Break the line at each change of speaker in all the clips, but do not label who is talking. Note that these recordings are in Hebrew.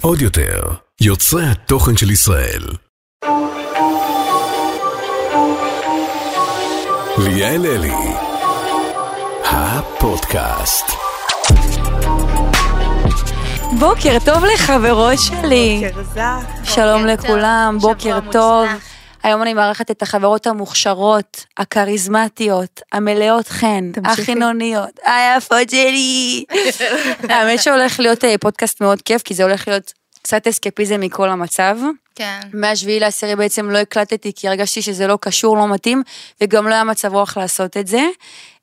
עוד יותר, יוצרי התוכן של ישראל. ליאל אלי, הפודקאסט.
בוקר טוב לחברות שלי.
בוקר זך.
שלום
בוקר טוב.
לכולם,
שבוע
בוקר טוב.
מוצלח.
היום אני מארחת את החברות המוכשרות, הכריזמטיות, המלאות חן,
תמשיכי.
החינוניות, היפות שלי. האמת שהולך להיות אה, פודקאסט מאוד כיף, כי זה הולך להיות קצת אסקפיזם מכל המצב.
כן.
מהשביעי לעשירי בעצם לא הקלטתי, כי הרגשתי שזה לא קשור, לא מתאים, וגם לא היה מצב רוח לעשות את זה.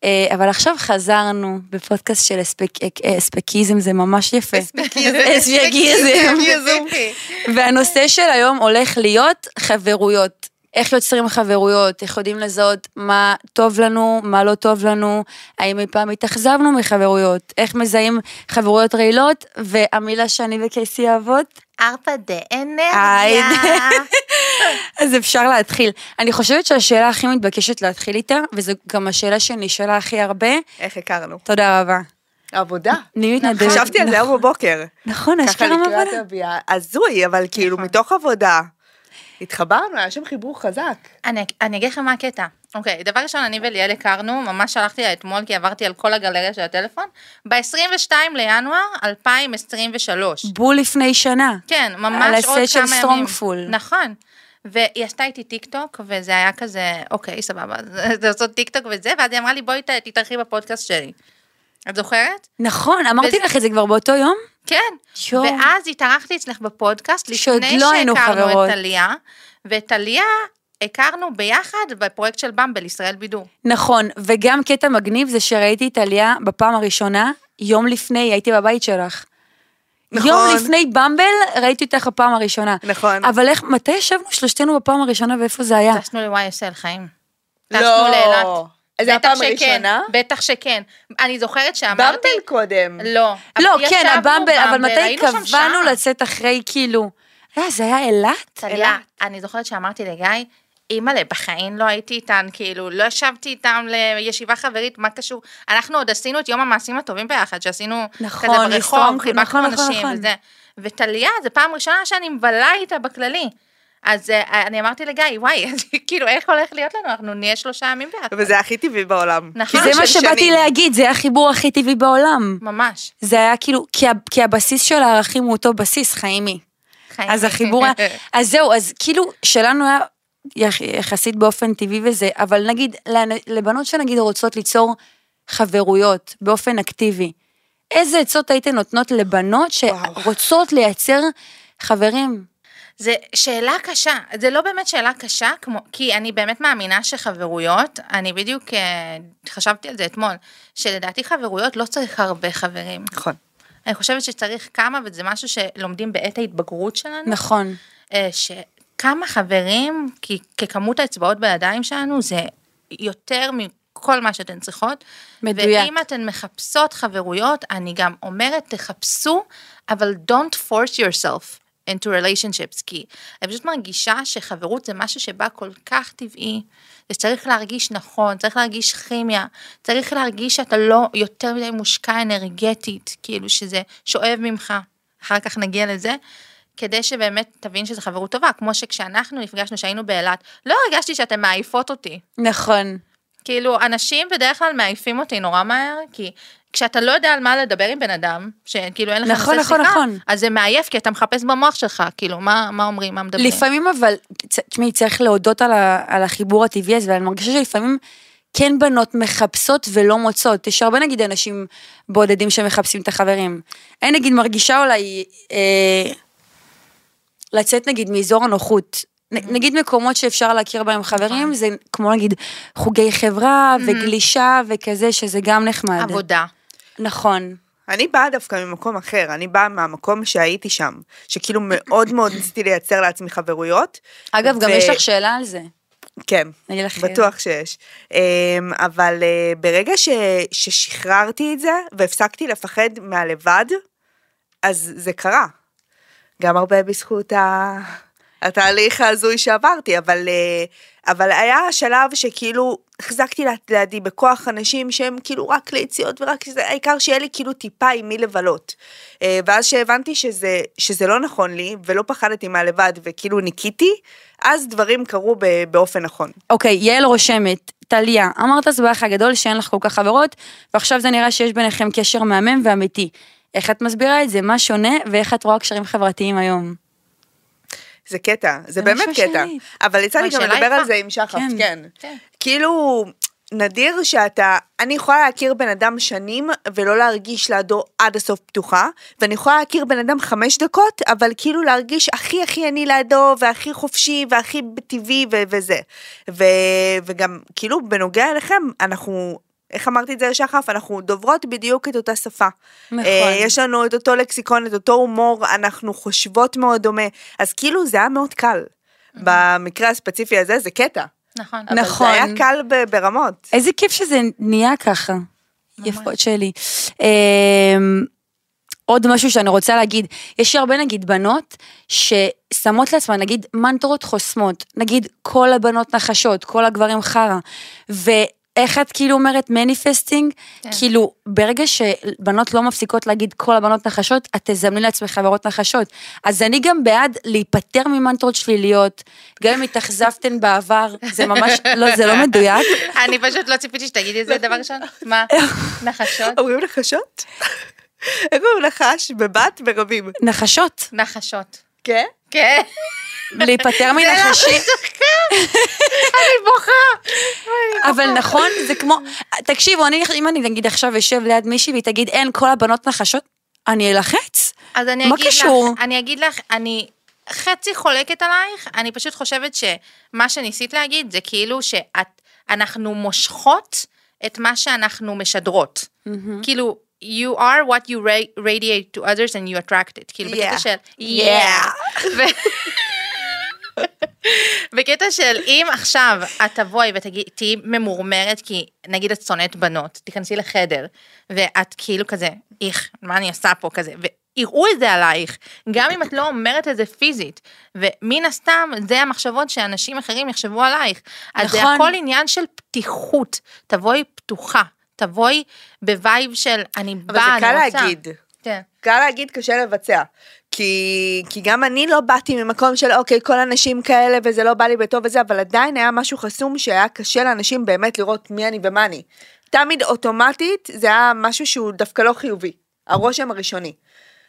אה, אבל עכשיו חזרנו בפודקאסט של אספק- אה, אספקיזם, זה ממש יפה. אספקיזם. אוקיי. והנושא של היום הולך להיות חברויות. איך יוצרים חברויות, איך יודעים לזהות מה טוב לנו, מה לא טוב לנו, האם אי פעם התאכזבנו מחברויות, איך מזהים חברויות רעילות, והמילה שאני וקייסי אוהבות,
ערפדה
היי.
אנרגיה.
אז אפשר להתחיל. אני חושבת שהשאלה הכי מתבקשת להתחיל איתה, וזו גם השאלה שנשאלה הכי הרבה,
איך הכרנו?
תודה רבה.
עבודה.
אני מתנדבת.
נכון. חשבתי על זה היום בבוקר.
נכון,
ככה
אשכרה
לקראת
מבנה.
הביאה. הזוי, אבל כאילו מתוך עבודה. התחברנו, היה שם חיבור חזק.
אני אני אגיד לכם מה הקטע. אוקיי, דבר ראשון, אני וליאל הכרנו, ממש שלחתי לה אתמול, כי עברתי על כל הגלריה של הטלפון, ב-22 לינואר 2023.
בול לפני שנה.
כן, ממש
על
עוד
הסט
כמה ימים.
של סטרונגפול.
נכון. והיא עשתה איתי טיק טוק, וזה היה כזה, אוקיי, סבבה, זה לעשות טיק טוק וזה, ואז היא אמרה לי, בואי ת- תתארחי בפודקאסט שלי. את זוכרת?
נכון, אמרתי
וזה-
לך את זה כבר באותו יום?
כן,
שואו.
ואז התארחתי אצלך בפודקאסט,
שעוד
לפני
לא היינו
שהכרנו
חברות.
את טליה, ואת טליה הכרנו ביחד בפרויקט של במבל, ישראל בידור.
נכון, וגם קטע מגניב זה שראיתי את עליה בפעם הראשונה, יום לפני, הייתי בבית שלך.
נכון.
יום לפני במבל ראיתי אותך בפעם הראשונה.
נכון.
אבל איך, מתי ישבנו שלושתנו בפעם הראשונה ואיפה זה היה?
טסנו ל-YSL חיים.
לא.
טסנו לאילת.
זה
בטח
הפעם
שכן,
הראשונה?
בטח שכן. אני זוכרת שאמרתי...
במבל קודם.
לא.
לא,
אבל
כן,
ישבנו
הבמבל, אבל מתי
היינו שם
קבענו
שעה.
לצאת אחרי, כאילו... אה, זה היה אילת?
טליה, אני זוכרת שאמרתי לגיא, אימא'לה, בחיים לא הייתי איתן, כאילו, לא ישבתי איתם לישיבה חברית, מה קשור? אנחנו עוד עשינו את יום המעשים הטובים ביחד, שעשינו
נכון, לסטרונג,
כזה ברחוב, חיבקנו
נכון, נכון,
אנשים
נכון.
וזה. וטליה, זו פעם ראשונה שאני מבלה איתה בכללי. אז אה, אני אמרתי לגיא, וואי, אז כאילו, איך הולך להיות לנו? אנחנו נהיה שלושה ימים ביחד.
וזה הכי טבעי בעולם.
נכון.
כי
פעם
זה מה
של
שבאתי
שנים.
להגיד, זה היה החיבור הכי טבעי בעולם.
ממש.
זה היה כאילו, כי ה- כי הבסיס של הערכים הוא אותו בסיס, חיימי.
חיים.
אז החיבור היה, אז זהו, אז כאילו שלנו היה יח- יחסית באופן טבעי וזה, אבל נגיד לאנ- לבנות שנגיד רוצות ליצור חברויות באופן אקטיבי, איזה עצות הייתן נותנות לבנות שרוצות לייצר חברים?
זה שאלה קשה, זה לא באמת שאלה קשה, כמו, כי אני באמת מאמינה שחברויות, אני בדיוק אה, חשבתי על זה אתמול, שלדעתי חברויות לא צריך הרבה חברים.
נכון.
אני חושבת שצריך כמה, וזה משהו שלומדים בעת ההתבגרות שלנו,
נכון.
אה, שכמה חברים, כי ככמות האצבעות בידיים שלנו, זה יותר מכל מה שאתן צריכות.
מדויק.
ואם אתן מחפשות חברויות, אני גם אומרת, תחפשו, אבל don't force yourself into relationships, כי אני פשוט מרגישה שחברות זה משהו שבא כל כך טבעי, זה שצריך להרגיש נכון, צריך להרגיש כימיה, צריך להרגיש שאתה לא יותר מדי מושקע אנרגטית, כאילו שזה שואב ממך, אחר כך נגיע לזה. כדי שבאמת תבין שזו חברות טובה, כמו שכשאנחנו נפגשנו, שהיינו באילת, לא הרגשתי שאתן מעייפות אותי.
נכון.
כאילו, אנשים בדרך כלל מעייפים אותי נורא מהר, כי כשאתה לא יודע על מה לדבר עם בן אדם, שכאילו אין לך
נכון,
נושא
נכון,
שיחה,
נכון.
אז זה מעייף, כי אתה מחפש במוח שלך, כאילו, מה, מה אומרים, מה מדברים.
לפעמים אבל, צ- תשמעי, צריך להודות על, ה, על החיבור הטבעי הזה, ואני מרגישה שלפעמים כן בנות מחפשות ולא מוצאות. יש הרבה נגיד אנשים בודדים שמחפשים את החברים. אני נגיד מרגישה אולי אה, לצאת נגיד מאזור הנוחות. נ- נגיד מקומות שאפשר להכיר בהם חברים, זה כמו נגיד חוגי חברה וגלישה וכזה, שזה גם נחמד.
עבודה.
נכון.
אני באה דווקא ממקום אחר, אני באה מהמקום שהייתי שם, שכאילו מאוד מאוד ניסיתי לייצר לעצמי חברויות.
אגב, גם
ו-
יש לך שאלה על זה.
כן,
אני אלך-
בטוח שיש. אמ, אבל אה, ברגע ש, ששחררתי את זה והפסקתי לפחד מהלבד, אז זה קרה. גם הרבה בזכות ה... התהליך ההזוי שעברתי, אבל, אה, אבל היה שלב שכאילו החזקתי לה- לידי בכוח אנשים שהם כאילו רק ליציאות ורק זה, העיקר שיהיה לי כאילו טיפה עם מי לבלות. אה, ואז שהבנתי שזה, שזה לא נכון לי, ולא פחדתי מהלבד, וכאילו ניקיתי, אז דברים קרו ב- באופן נכון.
אוקיי, יעל רושמת, טליה, אמרת זה באח הגדול שאין לך כל כך חברות, ועכשיו זה נראה שיש ביניכם קשר מהמם ואמיתי. איך את מסבירה את זה? מה שונה, ואיך את רואה קשרים חברתיים היום?
זה קטע, זה
משהו
באמת קטע.
שלי.
אבל יצא לי
אבל
גם
שאלה
לדבר
יפה.
על זה עם שחף,
כן.
כן.
כן.
כאילו, נדיר שאתה, אני יכולה להכיר בן אדם שנים ולא להרגיש לידו עד הסוף פתוחה, ואני יכולה להכיר בן אדם חמש דקות, אבל כאילו להרגיש הכי הכי אני לידו, והכי חופשי, והכי טבעי ו- וזה. ו- וגם, כאילו, בנוגע אליכם, אנחנו... איך אמרתי את זה לשחף? אנחנו דוברות בדיוק את אותה שפה.
נכון.
אה, יש לנו את אותו לקסיקון, את אותו הומור, אנחנו חושבות מאוד דומה. אז כאילו זה היה מאוד קל. במקרה הספציפי הזה זה קטע.
נכון.
אבל
נכון.
זה היה קל ב- ברמות.
איזה כיף שזה נהיה ככה. יפות שלי. אמ, עוד משהו שאני רוצה להגיד, יש הרבה נגיד בנות ששמות לעצמן נגיד מנטרות חוסמות, נגיד כל הבנות נחשות, כל הגברים חרא, ואיך את כאילו אומרת מניפסטינג,
כן.
כאילו ברגע שבנות לא מפסיקות להגיד כל הבנות נחשות, את תזמני לעצמך חברות נחשות. אז אני גם בעד להיפטר ממנטרות שליליות, גם אם התאכזבתן בעבר, זה ממש, לא, זה לא מדויק.
אני פשוט לא ציפיתי שתגידי את זה דבר ראשון. מה? נחשות?
אומרים נחשות? איך אומרים נחש? בבת ברבים.
נחשות,
נחשות.
כן?
כן.
להיפטר מנחשים.
אני בוכה.
אבל נכון, זה כמו, תקשיבו, אני, אם אני נגיד עכשיו אשב ליד מישהי והיא תגיד, אין, כל הבנות נחשות, אני אלחץ?
אז אני
מה
אגיד לך,
קשור?
אני אגיד לך, אני חצי חולקת עלייך, אני פשוט חושבת שמה שניסית להגיד זה כאילו שאת, אנחנו מושכות את מה שאנחנו משדרות. כאילו, you are what you ra- radiate to others and you attract it. כאילו, בקטע
Yeah.
של,
Yeah.
ו- בקטע של אם עכשיו את תבואי ותהיי ממורמרת כי נגיד את שונאת בנות, תיכנסי לחדר ואת כאילו כזה, איך, מה אני עושה פה כזה, ויראו את זה עלייך, גם אם את לא אומרת את זה פיזית, ומן הסתם זה המחשבות שאנשים אחרים יחשבו עלייך. אז נכון. זה
נכון.
הכל עניין של פתיחות, תבואי פתוחה, תבואי בווייב של אני
אבל
באה, אני
זה
רוצה.
קל להגיד.
כן.
קל להגיד, קשה לבצע. כי, כי גם אני לא באתי ממקום של אוקיי, כל הנשים כאלה וזה לא בא לי בטוב וזה, אבל עדיין היה משהו חסום שהיה קשה לאנשים באמת לראות מי אני ומה אני. תמיד אוטומטית זה היה משהו שהוא דווקא לא חיובי, הרושם הראשוני.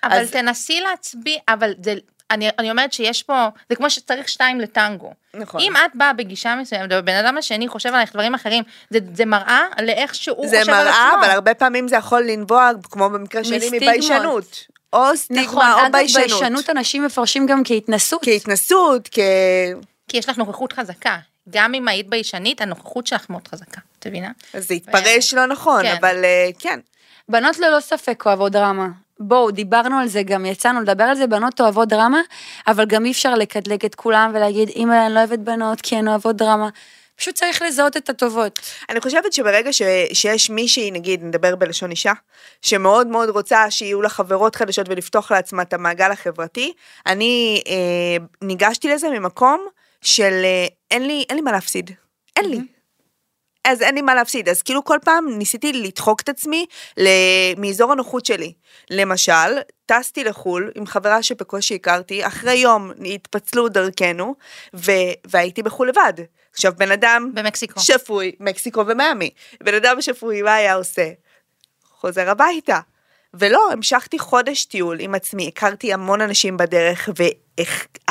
אבל
אז-
אז... תנסי להצביע, אבל זה, אני, אני אומרת שיש פה, זה כמו שצריך שתיים לטנגו.
נכון.
אם את באה בגישה מסוימת, והבן אדם השני חושב עלייך דברים אחרים, זה, זה מראה לאיך שהוא
זה
חושב על עצמו.
מראה, אבל הרבה פעמים זה יכול לנבוע, כמו במקרה שלי,
מסטיגמות.
מביישנות. או
נכון,
סטיגמה או
אגב,
ביישנות.
ביישנות אנשים מפרשים גם כהתנסות.
כהתנסות, כ...
כי יש לך נוכחות חזקה. גם אם היית ביישנית, הנוכחות שלך מאוד חזקה, את מבינה?
אז זה התפרש לא נכון,
כן.
אבל אה, כן.
בנות ללא ספק אוהבות דרמה. בואו, דיברנו על זה גם, יצאנו לדבר על זה, בנות אוהבות דרמה, אבל גם אי אפשר לקטלג את כולם ולהגיד, אמא, אני לא אוהבת בנות כי הן אוהבות דרמה. פשוט צריך לזהות את הטובות.
אני חושבת שברגע ש, שיש מישהי, נגיד, נדבר בלשון אישה, שמאוד מאוד רוצה שיהיו לה חברות חדשות ולפתוח לעצמה את המעגל החברתי, אני אה, ניגשתי לזה ממקום של אה, אין לי, אין לי מה להפסיד. אין לי. אז אין לי מה להפסיד, אז כאילו כל פעם ניסיתי לדחוק את עצמי ל... מאזור הנוחות שלי. למשל, טסתי לחו"ל עם חברה שבקושי הכרתי, אחרי יום התפצלו דרכנו, ו... והייתי בחו"ל לבד. עכשיו בן אדם
במקסיקו.
שפוי, מקסיקו ומיאמי. בן אדם שפוי, מה היה עושה? חוזר הביתה. ולא, המשכתי חודש טיול עם עצמי, הכרתי המון אנשים בדרך,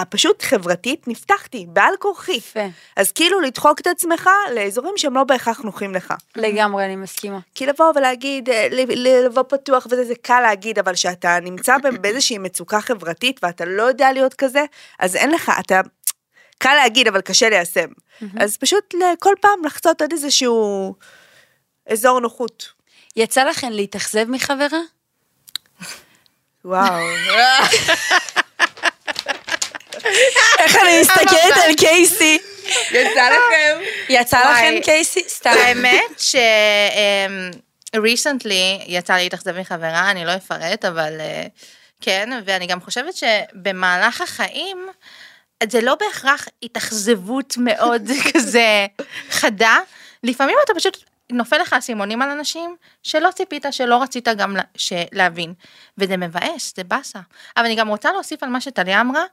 ופשוט חברתית נפתחתי, בעל כורחי.
יפה.
אז כאילו לדחוק את עצמך לאזורים שהם לא בהכרח נוחים לך.
לגמרי, אני מסכימה.
כי לבוא ולהגיד, אה, ל- ל- לבוא פתוח וזה, זה קל להגיד, אבל כשאתה נמצא ב- באיזושהי מצוקה חברתית ואתה לא יודע להיות כזה, אז אין לך, אתה... קל להגיד, אבל קשה ליישם. אז פשוט ל- כל פעם לחצות עוד איזשהו אזור נוחות.
יצא לכן להתאכזב מחברה?
וואו.
איך אני מסתכלת על קייסי?
יצא לכם?
יצא
וואי.
לכם קייסי? סתם.
האמת ש... אמ, recently יצא לי להתאכזב מחברה, אני לא אפרט, אבל אה, כן, ואני גם חושבת שבמהלך החיים זה לא בהכרח התאכזבות מאוד כזה חדה, לפעמים אתה פשוט, נופל לך אסימונים על אנשים שלא ציפית, שלא רצית גם לה- ש- להבין, וזה מבאס, זה באסה. אבל אני גם רוצה להוסיף על מה שטליה אמרה,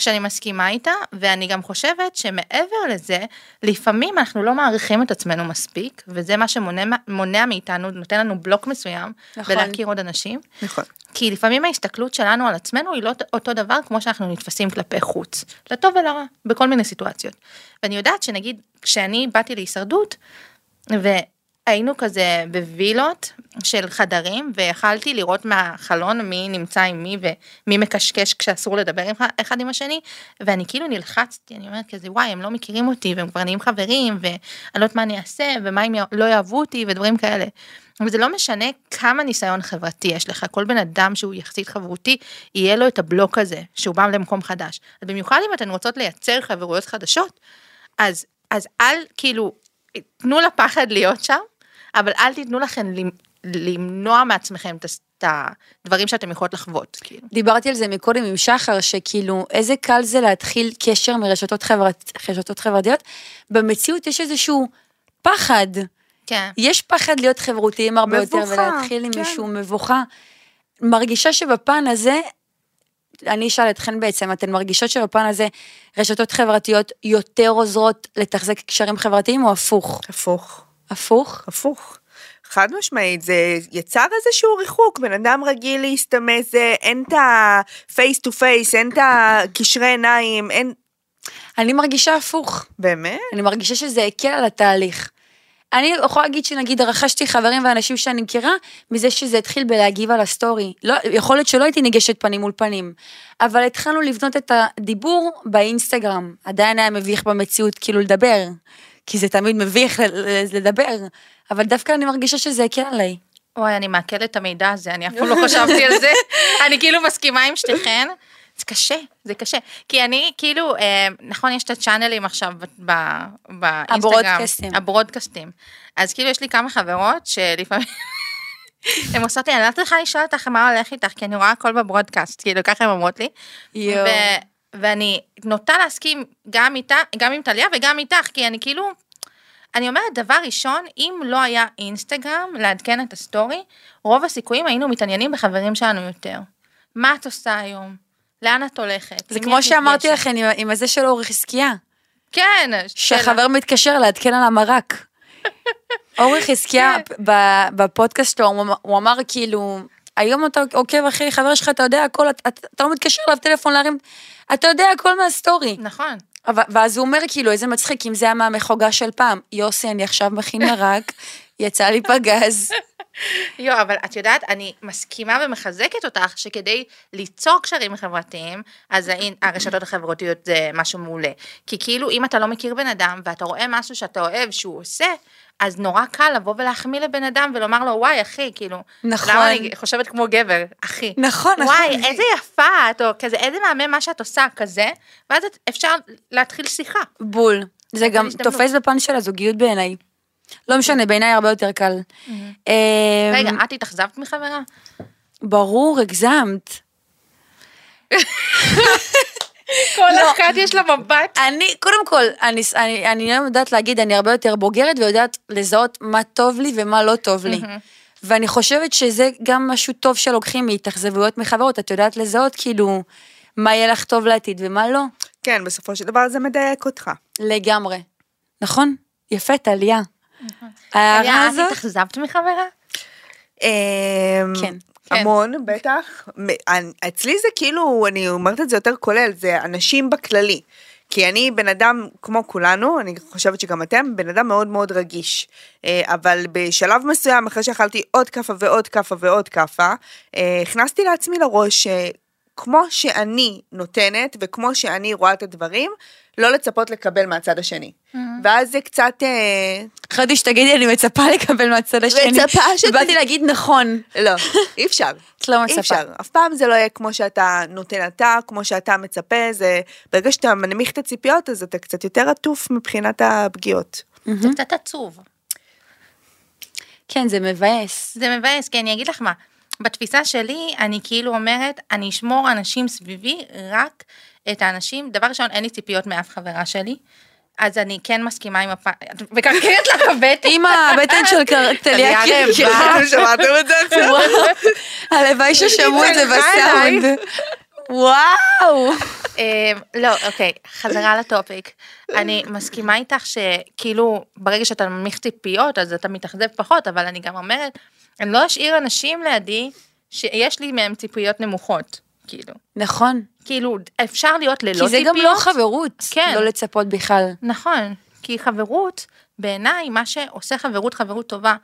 שאני מסכימה איתה, ואני גם חושבת שמעבר לזה, לפעמים אנחנו לא מעריכים את עצמנו מספיק, וזה מה שמונע מונע מאיתנו, נותן לנו בלוק מסוים,
נכון.
נכון. ולהכיר עוד אנשים.
נכון.
כי לפעמים ההסתכלות שלנו על עצמנו היא לא אותו דבר כמו שאנחנו נתפסים כלפי חוץ, לטוב ולרע, בכל מיני סיטואציות. ואני יודעת שנגיד, כשאני באתי להישרדות, והיינו כזה בווילות של חדרים, ויכלתי לראות מהחלון מי נמצא עם מי ומי מקשקש כשאסור לדבר עם ח- אחד עם השני, ואני כאילו נלחצתי, אני אומרת כזה, וואי, הם לא מכירים אותי, והם כבר נהיים חברים, ואני לא יודעת מה אני אעשה, ומה אם יא- לא יאהבו אותי, ודברים כאלה. וזה לא משנה כמה ניסיון חברתי יש לך, כל בן אדם שהוא יחסית חברותי, יהיה לו את הבלוק הזה, שהוא בא למקום חדש. אז במיוחד אם אתן רוצות לייצר חברויות חדשות, אז, אז אל, כאילו, תנו לפחד להיות שם, אבל אל תיתנו לכם למ- למנוע מעצמכם את הס- את הדברים שאתם יכולות לחוות, כאילו.
דיברתי על זה מקודם עם שחר, שכאילו, איזה קל זה להתחיל קשר מרשתות חברת, רשתות חברתיות. במציאות יש איזשהו פחד.
כן.
יש פחד להיות חברותיים הרבה יותר,
מבוכה,
ולהתחיל עם
כן.
מישהו מבוכה. מרגישה שבפן הזה, אני אשאל אתכן בעצם, אתן מרגישות שבפן הזה רשתות חברתיות יותר עוזרות לתחזק קשרים חברתיים, או הפוך?
הפוך.
הפוך?
הפוך. חד משמעית, זה יצר איזשהו ריחוק, בן אדם רגיל להסתמס, זה- אין את ה-face to face, אין את הקשרי עיניים, אין...
אני מרגישה הפוך.
באמת?
אני מרגישה שזה הקל על התהליך. אני יכולה להגיד שנגיד רכשתי חברים ואנשים שאני מכירה, מזה שזה התחיל בלהגיב על הסטורי. לא, יכול להיות שלא הייתי ניגשת פנים מול פנים, אבל התחלנו לבנות את הדיבור באינסטגרם. עדיין היה מביך במציאות כאילו לדבר, כי זה תמיד מביך ל- ל- לדבר, אבל דווקא אני מרגישה שזה הקל עליי.
וואי, אני מעכלת את המידע הזה, אני אף פעם לא חשבתי על זה. אני כאילו מסכימה עם שתיכן. זה קשה, זה קשה. כי אני, כאילו, אה, נכון, יש את הצ'אנלים עכשיו ב- ב- באינסטגרם.
הברודקאסטים.
הברודקאסטים. אז כאילו, יש לי כמה חברות שלפעמים... הן עושות לי, אני לא צריכה לשאול אותך מה הולך איתך, כי אני רואה הכל בברודקאסט, כאילו, ככה הן אומרות לי.
יואו.
ו- ואני נוטה להסכים גם איתה, גם עם טליה וגם איתך, כי אני כאילו, אני אומרת, דבר ראשון, אם לא היה אינסטגרם לעדכן את הסטורי, רוב הסיכויים היינו מתעניינים בחברים שלנו יותר. מה את עושה היום? לאן את הולכת?
זה
עם מי
כמו
את
שאמרתי
נפגשת?
לכם עם, עם הזה של אורי חזקיה,
כן, שאלה.
שהחבר מתקשר לעדכן על המרק. אורי חזקיה ב- בפודקאסט שלו, הוא אמר- הוא אמר כאילו, היום אתה עוקב אחרי חבר שלך, אתה יודע הכל, אתה- אתה אתה לא מתקשר אליו טלפון להרים, אתה יודע הכל מהסטורי.
נכון.
אבל- ואז הוא אומר כאילו, איזה מצחיק, אם זה היה מהמחוגה של פעם, יוסי, אני עכשיו מכין מרק, יצא לי פגז.
יו, אבל את יודעת, אני מסכימה ומחזקת אותך שכדי ליצור קשרים חברתיים, אז האינ- הרשתות החברתיות זה משהו מעולה. כי כאילו, אם אתה לא מכיר בן אדם ואתה רואה משהו שאתה אוהב שהוא עושה, אז נורא קל לבוא ולהחמיא לבן אדם ולומר לו, וואי, אחי, כאילו,
נכון.
למה אני חושבת כמו גבר, אחי?
נכון, נכון.
וואי, איזה יפה את, או כזה, איזה מהמם מה שאת עושה, כזה, ואז את- אפשר להתחיל שיחה.
בול. זה גם
הזדמנות.
תופס בפן של הזוגיות בעיניי. לא משנה, בעיניי הרבה יותר קל. אמ,
רגע, את התאכזבת מחברה?
ברור, הגזמת.
כל אחת יש לה מבט.
אני, קודם כל, אני, אני, אני היום יודעת להגיד, אני הרבה יותר בוגרת ויודעת לזהות מה טוב לי ומה לא טוב לי. ואני חושבת שזה גם משהו טוב שלוקחים מהתאכזבויות מחברות, את יודעת לזהות כאילו מה יהיה לך טוב לעתיד ומה לא,
כן, בסופו של דבר זה מדייק אותך.
לגמרי. נכון? יפה, טליה.
היה,
ההערה
את
הזאת?
התאכזבת מחברה?
אמ,
כן,
כן.
המון, בטח. מ- אני- אצלי זה כאילו, אני אומרת את זה יותר כולל, זה אנשים בכללי. כי אני בן אדם, כמו כולנו, אני חושבת שגם אתם, בן אדם מאוד מאוד רגיש. אה, אבל בשלב מסוים, אחרי שאכלתי עוד כאפה ועוד כאפה ועוד כאפה, אה, הכנסתי לעצמי לראש שכמו שאני נותנת וכמו שאני רואה את הדברים, לא לצפות לקבל מהצד השני. ואז זה קצת... אה,
חשבתי שתגידי, אני מצפה לקבל מהצד השני.
מצפה שת-
באתי להגיד נכון.
לא, אי אפשר.
את לא מצפה.
אי אפשר, אף פעם זה לא יהיה כמו שאתה נותן אתה, כמו שאתה מצפה, זה... ברגע שאתה מנמיך את הציפיות, אז אתה קצת יותר עטוף מבחינת הפגיעות.
זה קצת עצוב.
כן, זה מבאס.
זה מבאס, כי אני אגיד לך מה, בתפיסה שלי, אני כאילו אומרת, אני אשמור אנשים סביבי, רק את האנשים. דבר ראשון, אין לי ציפיות מאף חברה שלי. אז אני כן מסכימה עם הפ... מקרקרת לך בבטן.
עם הבטן של קר- טליה
טליה
קירקר.
אתם שמעתם את זה עכשיו?
כן. וואו, נכון, הלוואי ששמעו את זה בסאונד. וואו.
אמ, לא, אוקיי, חזרה לטופיק. אני מסכימה איתך שכאילו, ברגע שאתה מנמיך ציפיות, אז אתה מתאכזב פחות, אבל אני גם אומרת, אני לא אשאיר אנשים לידי שיש לי מהם ציפויות נמוכות, כאילו.
נכון.
כאילו, אפשר להיות ללא
כי
ציפיות.
זה גם לא חברות.
כן.
לא לצפות בכלל.
נכון, כי חברות, בעיניי, מה שעושה חברות חברות טובה,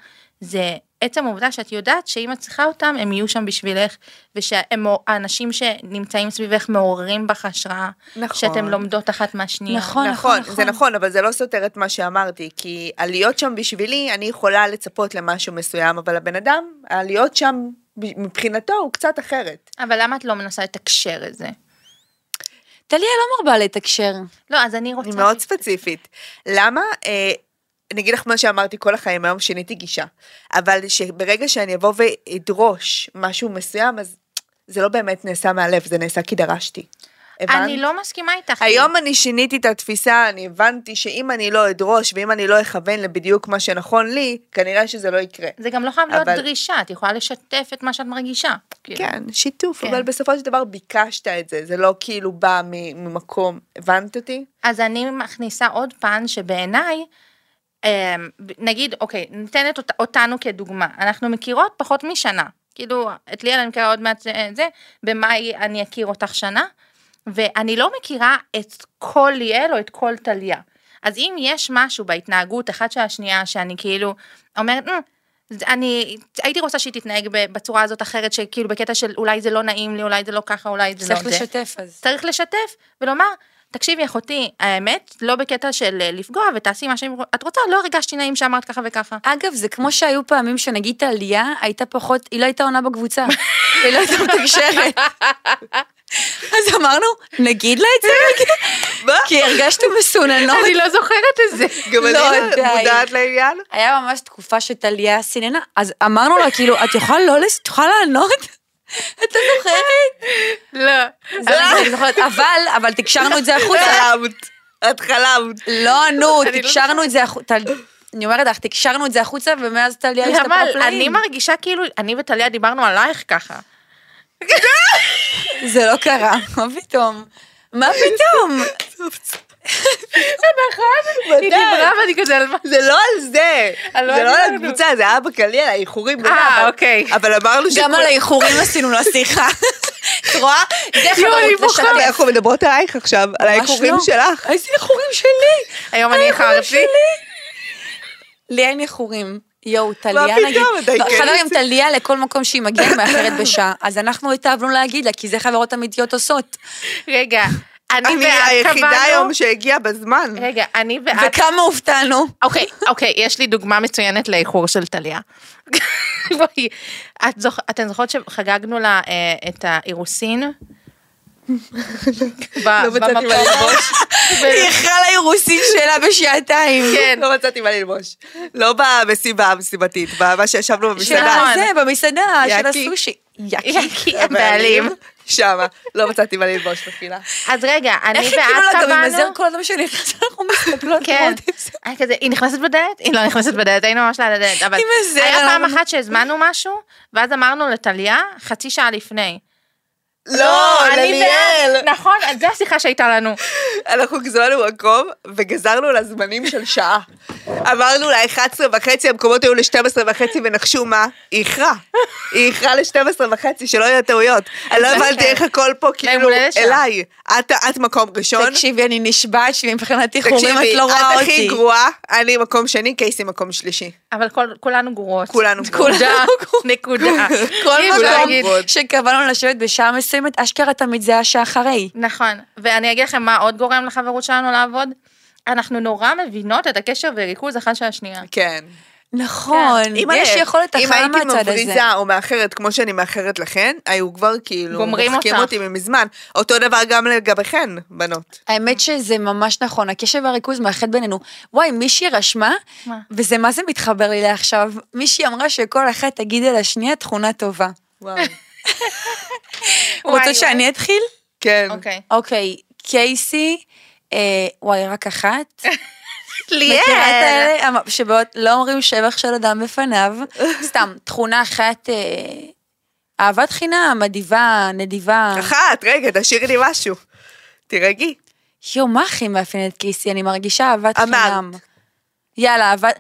זה עצם העובדה שאת יודעת שאם את צריכה אותם, הם יהיו שם בשבילך, ושהאנשים שנמצאים סביבך מעוררים בך השראה,
נכון.
שאתן לומדות אחת מהשנייה.
נכון,
נכון,
נכון,
זה נכון, אבל זה לא סותר את מה שאמרתי, כי הלהיות שם בשבילי, אני יכולה לצפות למשהו מסוים, אבל הבן אדם, הלהיות שם מבחינתו הוא קצת אחרת.
אבל למה את לא מנסה לתקשר את זה?
טליה לא מרבה לתקשר.
לא, אז אני רוצה...
היא מאוד ספציפית. למה? אה, אני אגיד לך מה שאמרתי כל החיים, היום שיניתי גישה. אבל שברגע שאני אבוא ואדרוש משהו מסוים, אז זה לא באמת נעשה מהלב, זה נעשה כי דרשתי. הבנת?
אני לא מסכימה איתך.
היום אני שיניתי את התפיסה, אני הבנתי שאם אני לא אדרוש ואם אני לא אכוון לבדיוק מה שנכון לי, כנראה שזה לא יקרה.
זה גם לא חייב להיות
אבל-
דרישה, את יכולה לשתף את מה שאת מרגישה. כאילו.
כן, שיתוף,
כן.
אבל בסופו של דבר ביקשת את זה, זה לא כאילו בא מ- ממקום, הבנת אותי?
אז אני מכניסה עוד פן שבעיניי, אה, נגיד, אוקיי, ניתן את אות- אותנו כדוגמה, אנחנו מכירות פחות משנה, כאילו, את ליאל אני מכירה עוד מעט אה, זה, במאי אני אכיר אותך שנה, ואני לא מכירה את כל ליאל או את כל טליה. אז אם יש משהו בהתנהגות אחת של השנייה שאני כאילו אומרת, "מ, זה- אני הייתי רוצה שהיא תתנהג ב- בצורה הזאת אחרת, שכאילו בקטע של אולי זה לא נעים לי, אולי זה לא ככה, אולי זה לא זה.
צריך לשתף אז.
צריך לשתף ולומר, תקשיבי אחותי, האמת, לא בקטע של אה, לפגוע ותעשי מה שאת רוצה, לא הרגשתי נעים שאמרת ככה וככה.
אגב, זה כמו שהיו פעמים שנגיד טליה הייתה פחות, היא לא הייתה עונה בקבוצה. היא לא הייתה מתקשרת. אז אמרנו, נגיד לה את זה, כי הרגשנו מסוננות.
לא זוכרת את זה.
גם אני
לא,
לא
די.
מודעת לעניין.
היה ממש תקופה שטליה סיננה, אז אמרנו לה, כאילו, את יכולה לא, לס- את יכולה לענות? אתה זוכרת?
לא.
זה לא אני זוכרת, אבל, אבל תקשרנו את זה החוצה.
חלמת, את חלמת.
לא ענו,
לא
תקשרנו את זה החוצה. אני אומרת לך, תקשרנו את זה החוצה, ומאז טליה
למה
השתפרה פלאים.
אני מרגישה כאילו, אני וטליה דיברנו עלייך ככה.
זה לא קרה, מה פתאום? מה פתאום?
נכון, היא דיברה ואני כזה על מה.
זה לא על זה,
על מה
זה לא על
דיברנו?
הקבוצה, זה היה בכללי על האיחורים.
אה,
אבל-
אוקיי.
אבל אמרנו
גם על האיחורים עשינו לה שיחה. את רואה? זה
אני
חברות
בוכה.
לשתף.
אנחנו מדברות עלייך עכשיו, על אה, האיחורים
לא.
שלך.
איזה איחורים שלי?
היום אני איחרתי.
לי אין איחורים. יואו, טליה
פתאום,
נגיד,
אתה
לא,
כן.
חבר עם טליה לכל מקום שהיא מגיעה מאחרת בשעה, אז אנחנו התאהבנו להגיד לה, כי זה חברות אמיתיות עושות.
רגע, אני
אני
ואת
היחידה
קבענו. אה,
היום שהגיעה בזמן.
רגע, אני ואת
וכמה הופתענו.
אוקיי, אוקיי, יש לי דוגמה מצוינת לאיחור של טליה. בואי, את זוכ... אתן זוכרות שחגגנו לה אה, את האירוסין?
לא
ב-
לא מצאתי מה ללבוש.
היא איחרה לאירוסין שלה בשעתיים.
כן.
לא מצאתי מה ללבוש. לא במסיבה המסיבתית, במה שישבנו
של
במסעדה.
הזה, במסעדה, של
יאקי.
הסושי. יאקי.
כי הבעלים.
שמה. לא מצאתי מה ללבוש, מחילה.
אז רגע, אני
איך
ואת
חיכינו לה גם עם הזר
קבענו...
לא כל הזמן שנכנס, אנחנו מסתכלות
כן,
לראות את זה.
היה כזה, היא נכנסת בדלת? היא לא נכנסת בדלת, היינו ממש ליד הדלת, אבל
עם הזר,
היה פעם
אנחנו-
אחת שהזמנו משהו, ואז אמרנו לטליה, חצי שעה לפני.
לא,
אני
לליאל.
ואת- נכון, אז זו השיחה שהייתה לנו.
אנחנו גזרנו מקום וגזרנו לה זמנים של שעה. אמרנו לה 11 וחצי, המקומות היו ל-12 וחצי, ונחשו מה? היא איחרה. היא איחרה ל-12 וחצי, שלא יהיו טעויות. אני לא הבנתי איך הכל פה, כאילו,
הולדת שלה.
אליי. את- את מקום ראשון.
תקשיבי, אני נשבעת שמבחינת איחורים
נכון. תקשיבי,
את לא רואה
את
אותי.
הכי גרועה, אני מקום שני, קייסי מקום שלישי.
אבל כל- כולנו גרועות.
כולנו גרועות.
נקודה, נקודה.
כל
אי אפשר
מקום
להגיד.
גרועות.
לא שקבענו לשבת בשעה מסוימת, אשכרה תמיד זה השעה אחרי.
נכון, ואני אגיד לכם מה עוד גורם לחברות שלנו לעבוד. אנחנו נורא מבינות את הקשר וריכוז אחת של השנייה.
כן.
נכון,
אם
יש
אני-
יכולת הכרעה
אם
מהצד
הייתי
הזה.
מבריזה או מאחרת כמו שאני מאחרת לכן, היו כבר כאילו
גומרים
מוחקים
אותך.
אותי ממזמן. אותו דבר גם לגביכן, בנות.
האמת שזה ממש נכון, הקשב והריכוז מאחד בינינו. וואי, מישהי רשמה,
מה?
וזה מה זה מתחבר לי לעכשיו, מישהי אמרה שכל אחת תגיד על השנייה תכונה טובה.
וואו.
וואי,
רוצה שאני אתחיל?
כן.
אוקיי.
אוקיי, קייסי, אה, וואי, רק אחת. מכירה את
ליאל.
האלה המ- שבעוד לא אומרים שבח של אדם בפניו, סתם, תכונה אחת, אה, אהבת חינם, אדיבה, נדיבה.
אחת, רגע, תשאירי לי משהו. תירגעי.
יואו, מה הכי מאפיין את קייסי? אני מרגישה אהבת
אמרת.
חינם. יאללה, אהבת...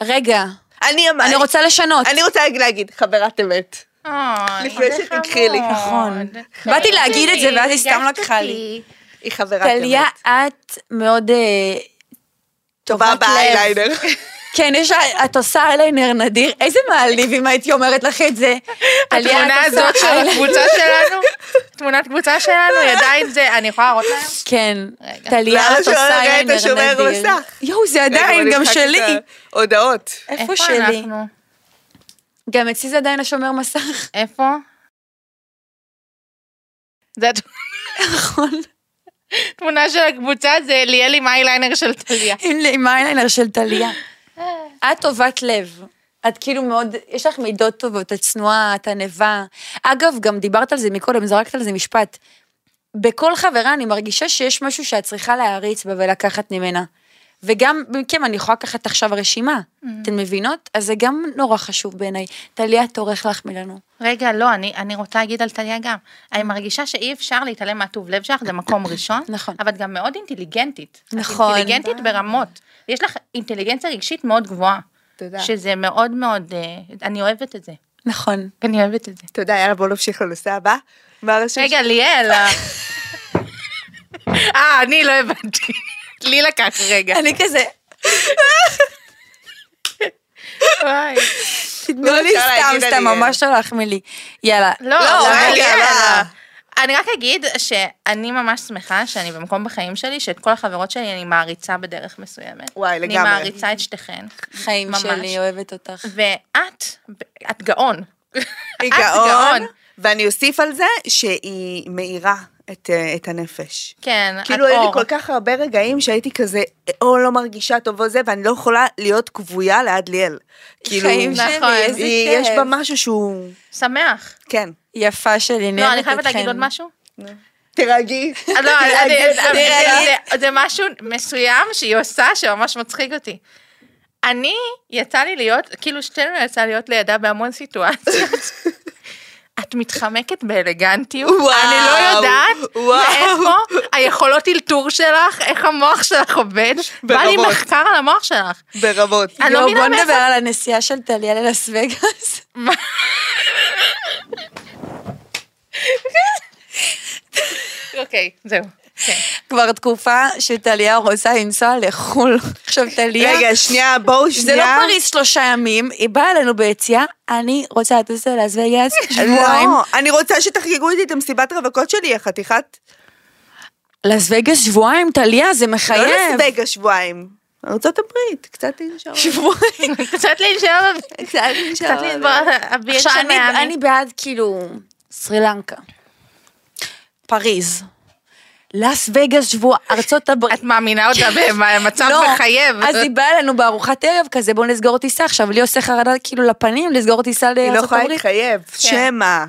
רגע,
אני אמרתי.
אני רוצה לשנות.
אני רוצה להגיד, חברת אמת.
אוי,
לפני
זה
שתיקחי לי.
חמוד.
נכון. באתי להגיד את זה, ואז היא סתם לא
הרגשת
לקחה
אותי.
לי.
היא חברת אמת.
טליה, את מאוד... אה,
טובה
טובת לב.
באייליינר.
כן, יש, את עושה אייליינר נדיר, איזה מעליב אם הייתי אומרת לך את זה. טליה, את עושה
התמונה הזאת של
אייליינר-
הקבוצה שלנו, תמונת קבוצה שלנו, היא עדיין זה, אני יכולה להראות להם?
כן,
רגע.
טליה,
למה
את
שלא
עושה
נראה את
אייליינר
השומר
נדיר.
מסך?
יואו, זה
רגע,
עדיין
בוא
גם
נמחק
שלי.
את ההודעות.
איפה שלי?
אנחנו?
גם אצלי זה עדיין השומר מסך,
איפה? זה הת-
נכון.
התמונה של הקבוצה, זה ליאל עם אייליינר של טליה.
עם עם האייליינר של טליה. את טובת לב. את כאילו מאוד, יש לך מידות טובות, את צנועה, את ענווה. אגב, גם דיברת על זה מקודם, זרקת על זה משפט. בכל חברה אני מרגישה שיש משהו שאת צריכה להעריץ בה ולקחת ממנה. וגם מכם, אני יכולה לקחת עכשיו רשימה,
Mm.
אתן מבינות? אז זה גם נורא חשוב בעיניי. טליה, תורך לך מלנו.
רגע, לא, אני, אני רוצה להגיד על טליה גם. אני מרגישה שאי אפשר להתעלם מהטוב לב שלך, זה מקום ראשון.
נכון.
אבל את גם מאוד אינטליגנטית.
נכון.
את אינטליגנטית ברמות. יש לך אינטליגנציה רגשית מאוד גבוהה.
תודה.
שזה מאוד מאוד, אה, אני אוהבת את זה.
נכון.
אני אוהבת את זה.
תודה, יאללה, בואו נמשיך לנושא הבא. מה הרשום?
רגע, ליאל. אה. אה, אני לא הבנתי. לי לקח רגע.
אני כזה,
וואי.
תתנו לי
אפשר להגיד
לא,
אה,
סתם,
על
סתם,
ליאל.
ממש הלך מלי. יאללה.
לא,
לא,
אבל
רגע,
ליאל.
לא.
אני רק אגיד שאני ממש שמחה שאני במקום בחיים שלי, שאת כל החברות שלי אני מעריצה בדרך מסוימת.
וואי,
אני
לגמרי.
מעריצה את שתיכן.
חיים
ממש.
שלי, אוהבת אותך.
ואת, את גאון.
היא
את
גאון. ואני אוסיף על זה שהיא מאירה את, אה, את הנפש.
כן, את
כאילו היו לי
אור.
כל כך הרבה רגעים שהייתי כזה, או לא מרגישה טוב או זה, ואני לא יכולה להיות כבויה ליד ליאל. כאילו,
חיים
נכון.
שלי, איזה
היא-
כיף.
יש בה משהו שהוא...
שמח.
כן.
יפה שלי, נהנית
לא, אני חייבת להגיד
אתכן.
עוד משהו.
תירגעי.
אה, לא, אני- אני-
תראה,
זה- זה- זה משהו מסוים שהיא עושה שממש מצחיק אותי. אני, יצא לי להיות, כאילו שתינו יצא להיות לידה בהמון סיטואציות. את מתחמקת באלגנטיות,
וואו,
אני לא יודעת
וואו.
מאיפה היכולות אלתור שלך, איך המוח שלך עובד, בא לי
ברמות.
מחקר על המוח שלך.
ברמות.
אני לא
יואו,
מבינה
בוא
מאיפה-
נדבר על הנסיעה של טליה ללאס וגאס.
אוקיי, זהו. כן.
כבר תקופה שטליה רוצה לנסוע לחו"ל. עכשיו, טליה,
רגע, שנייה, בואו שנייה.
זה לא פריז שלושה ימים, היא באה אלינו ביציאה, אני רוצה לטוס ללאס וגאס שבועיים.
לא, אני רוצה שתחגגו איתי את המסיבת רווקות שלי, החתיכת.
לאס וגאס שבועיים, טליה, זה
לא
מחייב.
לסווגה שבועיים. ארצות הברית, קצת לנשום.
שבועיים.
קצת לנשום,
קצת לנשום.
קצת להתברך, אביר
עכשיו, אני-
שמע.
אני בעד כאילו סרי לנקה, פריז, לאס וגאס שבוע, ארצות הברית.
את מאמינה אותה במצב
לא,
מחייב.
אז היא באה אלינו בארוחת ערב כזה, בואו נסגור טיסה. עכשיו, לי עושה חרדה כאילו לפנים, לסגור טיסה
היא לא
לארצות
יכולה
הברית. כן.
להתחייב, שמא.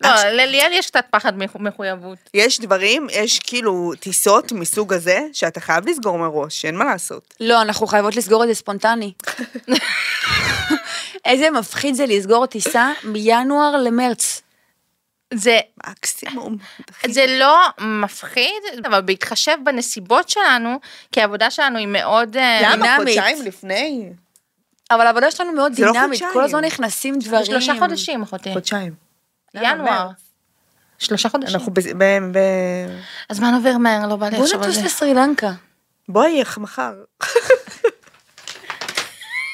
לא, לליאל יש קצת פחד מחו- מחויבות.
יש דברים, יש כאילו טיסות מסוג הזה, שאתה חייב לסגור מראש, אין מה לעשות.
לא, אנחנו חייבות לסגור את זה ספונטני. איזה מפחיד זה לסגור טיסה מינואר למרץ.
זה,
מקסימום.
אה,
זה לא מפחיד, אבל בהתחשב בנסיבות שלנו, כי העבודה שלנו היא מאוד... אה,
למה?
דינמית.
חודשיים לפני?
אבל העבודה שלנו מאוד
זה לא
דינמית,
חודשיים.
כל הזמן נכנסים דברים.
שלושה חודשים, אחותי.
אה.
חודשיים.
ינואר.
מרץ?
שלושה חודשים.
אנחנו ב... ב- ב-
הזמן עובר מהר, לא בא לי
בואו
לחשוב על
נטוס
זה.
לסרי לנקה.
בואי, איך מחר.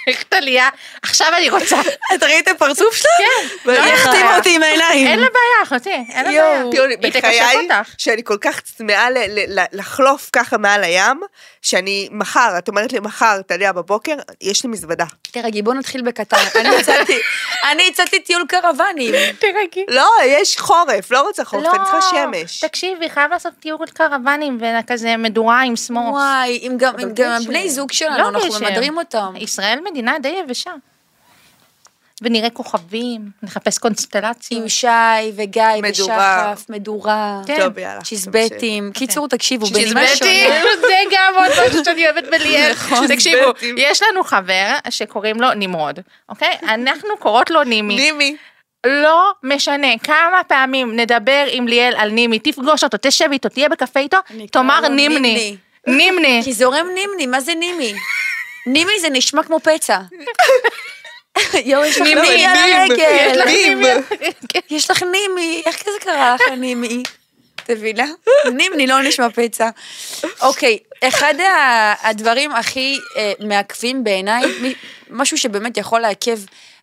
איך טליה? עכשיו אני רוצה.
את ראית את הפרצוף שלה?
כן.
היא
לא,
החתימה אותי עם העיניים.
אין לה בעיה, אחותי. אין לה
יואו.
בעיה.
תראו לי,
לא היא תקשף
בחיי,
אותך.
שאני כל כך צמאה ל- ל- ל- לחלוף ככה מעל הים, שאני מחר, את אומרת לי מחר, תעלה בבוקר, יש לי מזוודה.
תרגי, בואו נתחיל בקטן. אני הצעתי- אני הצעתי טיול קרוונים.
תרגי.
לא, יש חורף, לא רוצה חורף, אני צריכה שמש.
תקשיבי, חייב לעשות טיול קרוונים וכזה מדורה עם סמוך.
וואי, אם גם אם גם
גשם.
הבני זוג
לא
שלנו, אנחנו
גשם.
ממדרים אותם.
ישראל מדינה די יבשה. ונראה כוכבים, נחפש קונסטלציות.
עם שי וגיא
מדורה.
ושחף, מדורה,
כן. אוקיי.
טוב, יאללה.
צ'יזבטים. קיצור, תקשיבו, בנימה
צ'יזבטים,
שונה.
זה גם עוד משהו שאני אוהבת בליאל. תקשיבו,
צ'יזבטים.
יש לנו חבר שקוראים לו נמרוד, אוקיי? אנחנו קוראות לו נימי.
נימי.
לא משנה כמה פעמים נדבר עם ליאל על נימי, תפגוש אותו, תשב איתו, תהיה בקפה איתו,
אני
תאמר
קורא לו
נימני.
נימני.
נימני.
כי זורם נימני, מה זה נימי? נימי זה נשמע כמו פצע. יואו, יש לך
לא,
נימי,
נימי על
נים.
יש לך
הרגל.
נים.
כן, יש לך נימי, איך כזה קרה לך נימי? את מבינה? נימני לא נשמע פצע. אוקיי, אחד ה- הדברים הכי אה, מעכבים בעיניי, מי- משהו שבאמת יכול לעכב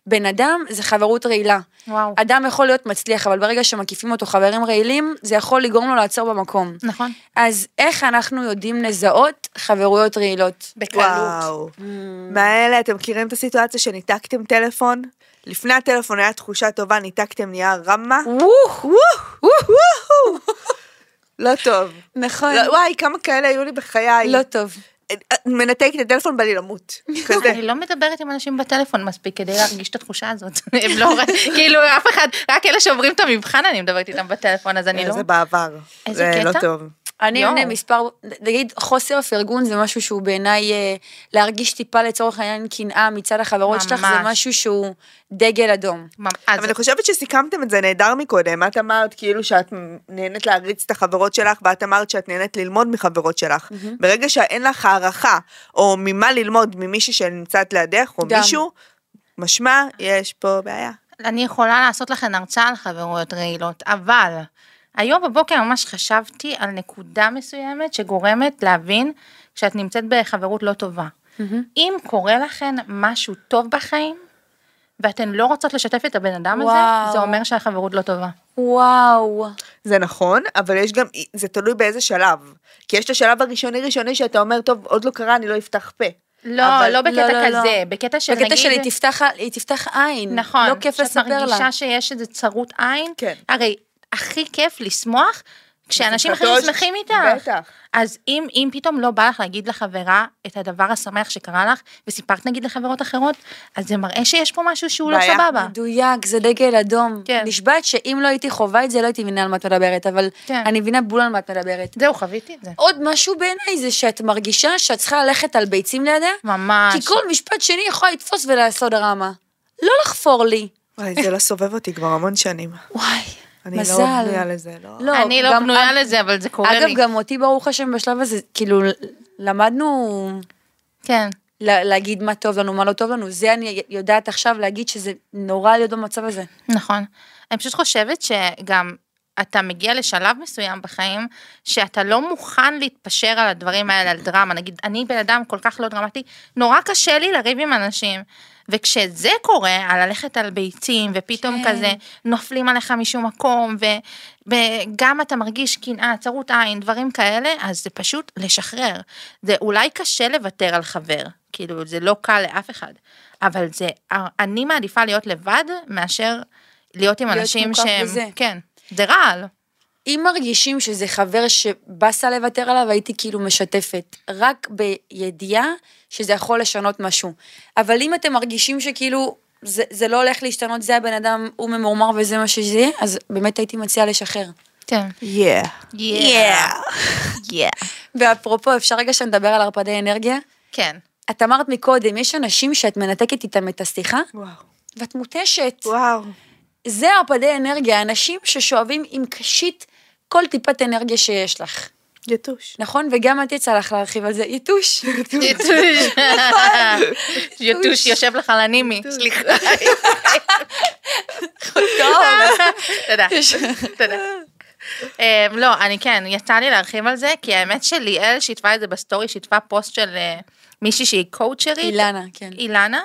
בן אדם, זה חברות רעילה.
וואו.
אדם יכול להיות מצליח, אבל ברגע שמקיפים אותו חברים רעילים, זה יכול לגרום לו לעצור במקום.
נכון.
אז איך אנחנו יודעים לזהות חברויות רעילות?
וואו. מהאלה, אתם מכירים את הסיטואציה שניתקתם טלפון? לפני הטלפון היה תחושה טובה, ניתקתם נייר רמה?
וואו,
וואו. לא טוב.
נכון.
לא- וואי, כמה כאלה היו לי בחיי.
לא טוב.
מנתק את הטלפון, בא לי למות. כזה.
אני לא מדברת עם אנשים בטלפון מספיק כדי להרגיש את התחושה הזאת. הם לא, כאילו אף אחד, רק אלה שעוברים את המבחן אני מדברת איתם בטלפון, אז אני לא...
אה, זה בעבר.
איזה
זה לא
קטע?
טוב.
אני
יואו.
אמנה מספר, נגיד חוסר פרגון זה משהו שהוא בעיניי, אה, להרגיש טיפה לצורך העניין קנאה מצד החברות שלך, זה
ממש.
משהו שהוא דגל אדום.
אז
אבל אני חושבת שסיכמתם את זה נהדר מקודם. את אמרת כאילו שאת נהנית להריץ את החברות שלך, ואת אמרת שאת נהנית ללמוד מחברות שלך. ברגע שאין לך הערכה, או ממה ללמוד ממישהי שנמצאת לידך, או
גם.
מישהו, משמע, יש פה בעיה.
אני יכולה לעשות לכם הרצאה על חברויות רעילות, אבל היום בבוקר ממש חשבתי על נקודה מסוימת שגורמת להבין שאת נמצאת בחברות לא טובה. אם קורה לכן משהו טוב בחיים, ואתן לא רוצות לשתף את הבן אדם הזה,
וואו.
זה אומר שהחברות לא טובה.
וואו.
זה נכון, אבל יש גם, זה תלוי באיזה שלב. כי יש את השלב הראשוני ראשוני שאתה אומר, טוב, עוד לא קרה, אני לא אפתח פה.
לא,
אבל-
לא בקטע
לא, לא,
כזה,
לא.
בקטע של
בקטע
נגיד...
של היא תפתח, היא תפתח עין.
נכון,
לא כיף לספר
שאת
לה.
מרגישה שיש איזה צרות עין,
כן.
הרי הכי כיף לשמוח כשאנשים אחרים
בשמחתו-
שמחים איתך.
בטח.
אז אם, אם פתאום לא בא לך להגיד לחברה את הדבר השמח שקרה לך, וסיפרת נגיד לחברות אחרות, אז זה מראה שיש פה משהו שהוא לא
בעיה.
סבבה.
מדויק, זה דגל אדום.
כן.
נשבעת שאם לא הייתי חווה את זה, לא הייתי מבינה על מה את מדברת, אבל
כן.
אני מבינה בול על מה את מדברת.
זהו, חוויתי את זה.
עוד משהו בעיניי זה שאת מרגישה שאת צריכה ללכת על ביצים לידה,
ממש.
כי כל משפט שני יכול לתפוס ולעשות דרמה. לא לחפור לי.
וואי, זה לא סובב אותי כבר המון שנים.
וואי,
אני
מזל.
לא בנויה לזה, לא.
לא,
אני לא
גם-
פנויה
אג-
לזה, אבל זה קורה
אגב,
לי.
גם אותי, ברוך השם, בשלב הזה, כאילו, ל- למדנו
כן.
לה- להגיד מה טוב לנו, מה לא טוב לנו. זה אני יודעת עכשיו להגיד שזה נורא להיות במצב הזה.
נכון. אני פשוט חושבת שגם אתה מגיע לשלב מסוים בחיים, שאתה לא מוכן להתפשר על הדברים האלה, על דרמה. נגיד, אני בן אדם כל כך לא דרמטי, נורא קשה לי לריב עם אנשים. וכשזה קורה, על ללכת על ביצים, ופתאום כן.
כן.
כזה נופלים עליך משום מקום, ו- וגם אתה מרגיש קנאה, צרות עין, דברים כאלה, אז זה פשוט לשחרר. זה אולי קשה לוותר על חבר, כאילו, זה לא קל לאף אחד, אבל זה, אה, אני מעדיפה להיות לבד, מאשר להיות עם
להיות
אנשים
מוקף
שהם,
בזה.
כן, זה רעל.
אם מרגישים שזה חבר שבאסה לוותר עליו, הייתי כאילו משתפת. רק בידיעה שזה יכול לשנות משהו. אבל אם אתם מרגישים שכאילו... זה, זה לא הולך להשתנות, זה הבן אדם, הוא ממורמר וזה מה שזה, אז באמת הייתי מציעה לשחרר.
כן.
יא.
יא.
ואפרופו, אפשר רגע שנדבר על ערפדי אנרגיה?
כן.
את אמרת מקודם, יש אנשים שאת מנתקת איתם את השיחה,
וואו.
ואת מותשת.
וואו.
זה ערפדי אנרגיה, אנשים ששואבים עם קשית כל טיפת אנרגיה שיש לך.
יתוש.
נכון? וגם את יצא לך להרחיב על זה, יתוש.
יתוש. יתוש יושב לך על הנימי. סליחה.
טוב.
תודה. תודה. אמ, לא, אני כן, יצא לי להרחיב על זה, כי האמת שליאל שיתפה את זה בסטורי, שיתפה פוסט של אה, מישהי שהיא קואוצ'רית.
אילנה, כן.
אילנה.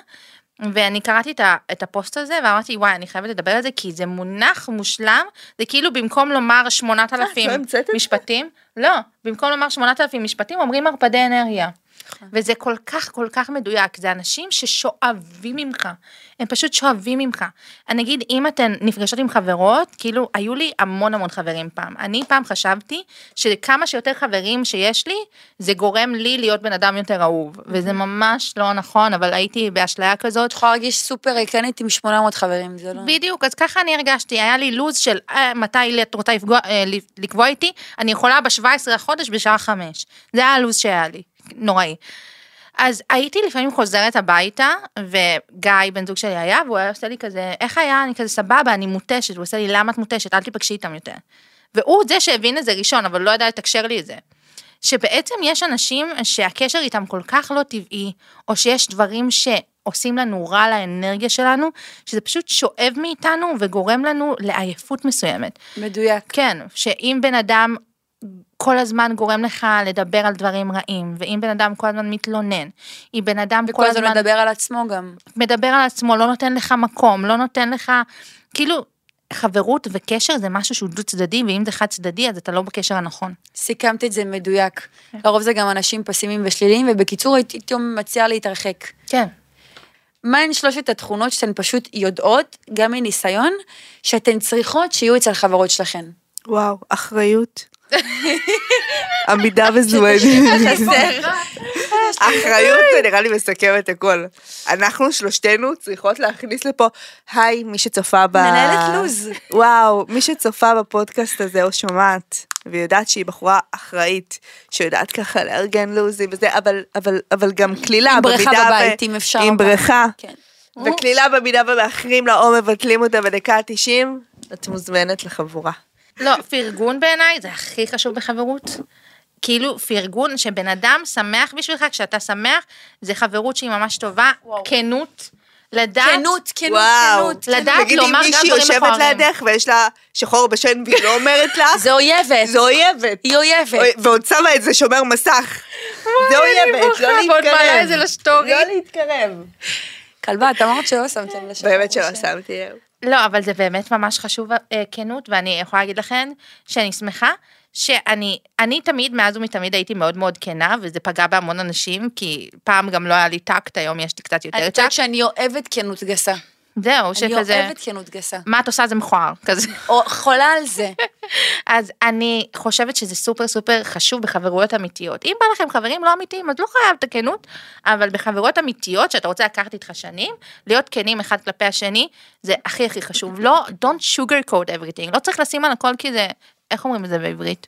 ואני קראתי את ה- את הפוסט הזה ואמרתי וואי אני חייבת לדבר על זה כי זה מונח מושלם זה כאילו במקום לומר 8,000
לא המצאת את זה?
משפטים לא במקום לומר 8,000 משפטים אומרים ערפדי אנרגיה. וזה כל כך כל כך מדויק, זה אנשים ששואבים ממך, הם פשוט שואבים ממך. אני אגיד, אם אתן נפגשות עם חברות, כאילו, היו לי המון המון חברים פעם. אני פעם חשבתי שכמה שיותר חברים שיש לי, זה גורם לי להיות בן אדם יותר אהוב, וזה ממש לא נכון, אבל הייתי באשליה כזאת.
את יכולה להרגיש סופר ריקנית עם 800 חברים, זה לא...
בדיוק, אז ככה אני הרגשתי, היה לי לו"ז של אה, מתי לי את רוצה לפגוע, אה, ל- לקבוע איתי, אני יכולה ב-17 לחודש בשעה 5. זה היה הלו"ז שהיה לי, נוראי. אז הייתי לפעמים חוזרת הביתה, וגיא, בן זוג שלי היה, והוא היה עושה לי כזה, איך היה? אני כזה סבבה, אני מותשת, הוא עושה לי, למה את מותשת? אל תיפגשי איתם יותר. והוא זה שהבין את זה ראשון, אבל לא ידע לתקשר לי את זה. שבעצם יש אנשים שהקשר איתם כל כך לא טבעי, או שיש דברים שעושים לנו רע לאנרגיה שלנו, שזה פשוט שואב מאיתנו וגורם לנו לעייפות מסוימת.
מדויק.
כן, שאם בן אדם כל הזמן גורם לך לדבר על דברים רעים, ואם בן אדם כל הזמן מתלונן, אם בן אדם כל
וכל הזמן
הזמן
מדבר על עצמו גם.
מדבר על עצמו, לא נותן לך מקום, לא נותן לך, כאילו, חברות וקשר זה משהו שהוא דו צדדי, ואם זה חד צדדי אז אתה לא בקשר הנכון.
סיכמת את זה מדויק. לרוב זה גם אנשים פסימיים ושליליים, ובקיצור הייתי הייתי מציעה להתרחק.
כן.
מהן שלושת התכונות שאתן פשוט יודעות, גם מניסיון, שאתן צריכות שיהיו אצל חברות שלכן?
וואו, אחריות. עמידה בזמנים. אחריות זה נראה לי מסכם את הכל. אנחנו שלושתנו צריכות להכניס לפה, היי, מי שצופה ב...
מנהלת לו"ז.
וואו, מי שצופה בפודקאסט הזה או שומעת, ויודעת שהיא בחורה אחראית, שיודעת ככה לארגן לו"זים וזה, אבל, אבל, אבל גם קלילה.
עם בריכה
במידה ו-
בבית, אם אפשר.
עם בריכה.
כן.
וקלילה במידה ומאחרים לה או מבטלים אותה בדקה ה-90, את מוזמנת לחבורה.
לא, פרגון בעיניי זה הכי חשוב בחברות. כאילו פרגון שבן אדם שמח בשבילך, כשאתה שמח, זה חברות שהיא ממש טובה, כנות, לדעת.
כנות, כנות,
וואו. כן,
כנות.
לדעת
תגידי,
לומר גם
מישהי
דברים
יושבת
מכוערים.
לידך ויש לה שחור בשן והיא לא אומרת לה,
זה אויבת.
זה אויבת.
היא אויבת.
אוי, ועוד שמה את זה שומר מסך. זה אויבת, לא
בוכה, ועוד מעלה את זה
להתקרב.
לסטורי.
לא להתקרב.
כלבה, את אמרת שלא שמתם לשם.
באמת שלא שמתי לב.
לא, אבל זה באמת ממש חשוב, אה, כנות, ואני יכולה להגיד לכם שאני שמחה שאני אני תמיד, מאז ומתמיד הייתי מאוד מאוד כנה, וזה פגע בהמון אנשים, כי פעם גם לא היה לי טקט, היום יש לי קצת יותר
את
טקט.
יודעת שאני אוהבת כנות גסה.
זהו,
אני
שכזה,
אוהבת כנות גסה.
מה את עושה זה מכוער, כזה.
או חולה על זה.
אז אני חושבת שזה סופר סופר חשוב בחברויות אמיתיות. אם בא לכם חברים לא אמיתיים, אז לא חייב את הכנות, אבל בחברויות אמיתיות, שאתה רוצה לקחת איתך שנים, להיות כנים אחד כלפי השני, זה הכי הכי חשוב. לא, don't sugar code everything, לא צריך לשים על הכל כי זה, איך אומרים את זה בעברית?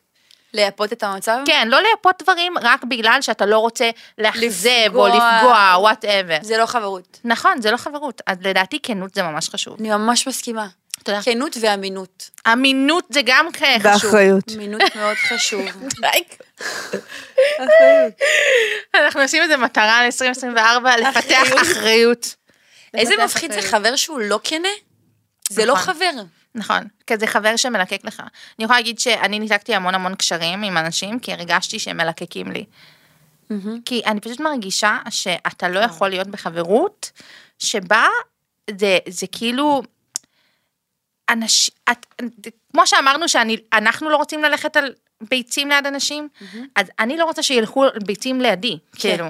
לייפות את המצב?
כן, לא לייפות דברים רק בגלל שאתה לא רוצה לאכזב או
לפגוע.
לפגוע, וואטאבר.
זה לא חברות.
נכון, זה לא חברות, אז לדעתי כנות זה ממש חשוב.
אני ממש מסכימה.
תודה.
כנות ואמינות.
אמינות זה גם כן חשוב.
באחריות.
אמינות מאוד חשוב.
אנחנו עושים איזה מטרה ל-2024, לפתח אחריות.
איזה
לפתח
מפחיד זה
אחריות.
חבר שהוא לא כנה? זה לא
נכון.
חבר.
נכון, כזה חבר שמלקק לך. אני יכולה להגיד שאני ניתקתי המון המון קשרים עם אנשים, כי הרגשתי שהם מלקקים לי. כי אני פשוט מרגישה שאתה לא יכול להיות בחברות שבה זה, זה כאילו... אנשים, כמו שאמרנו שאנחנו לא רוצים ללכת על ביצים ליד אנשים, אז אני לא רוצה שילכו על ביצים לידי, כאילו.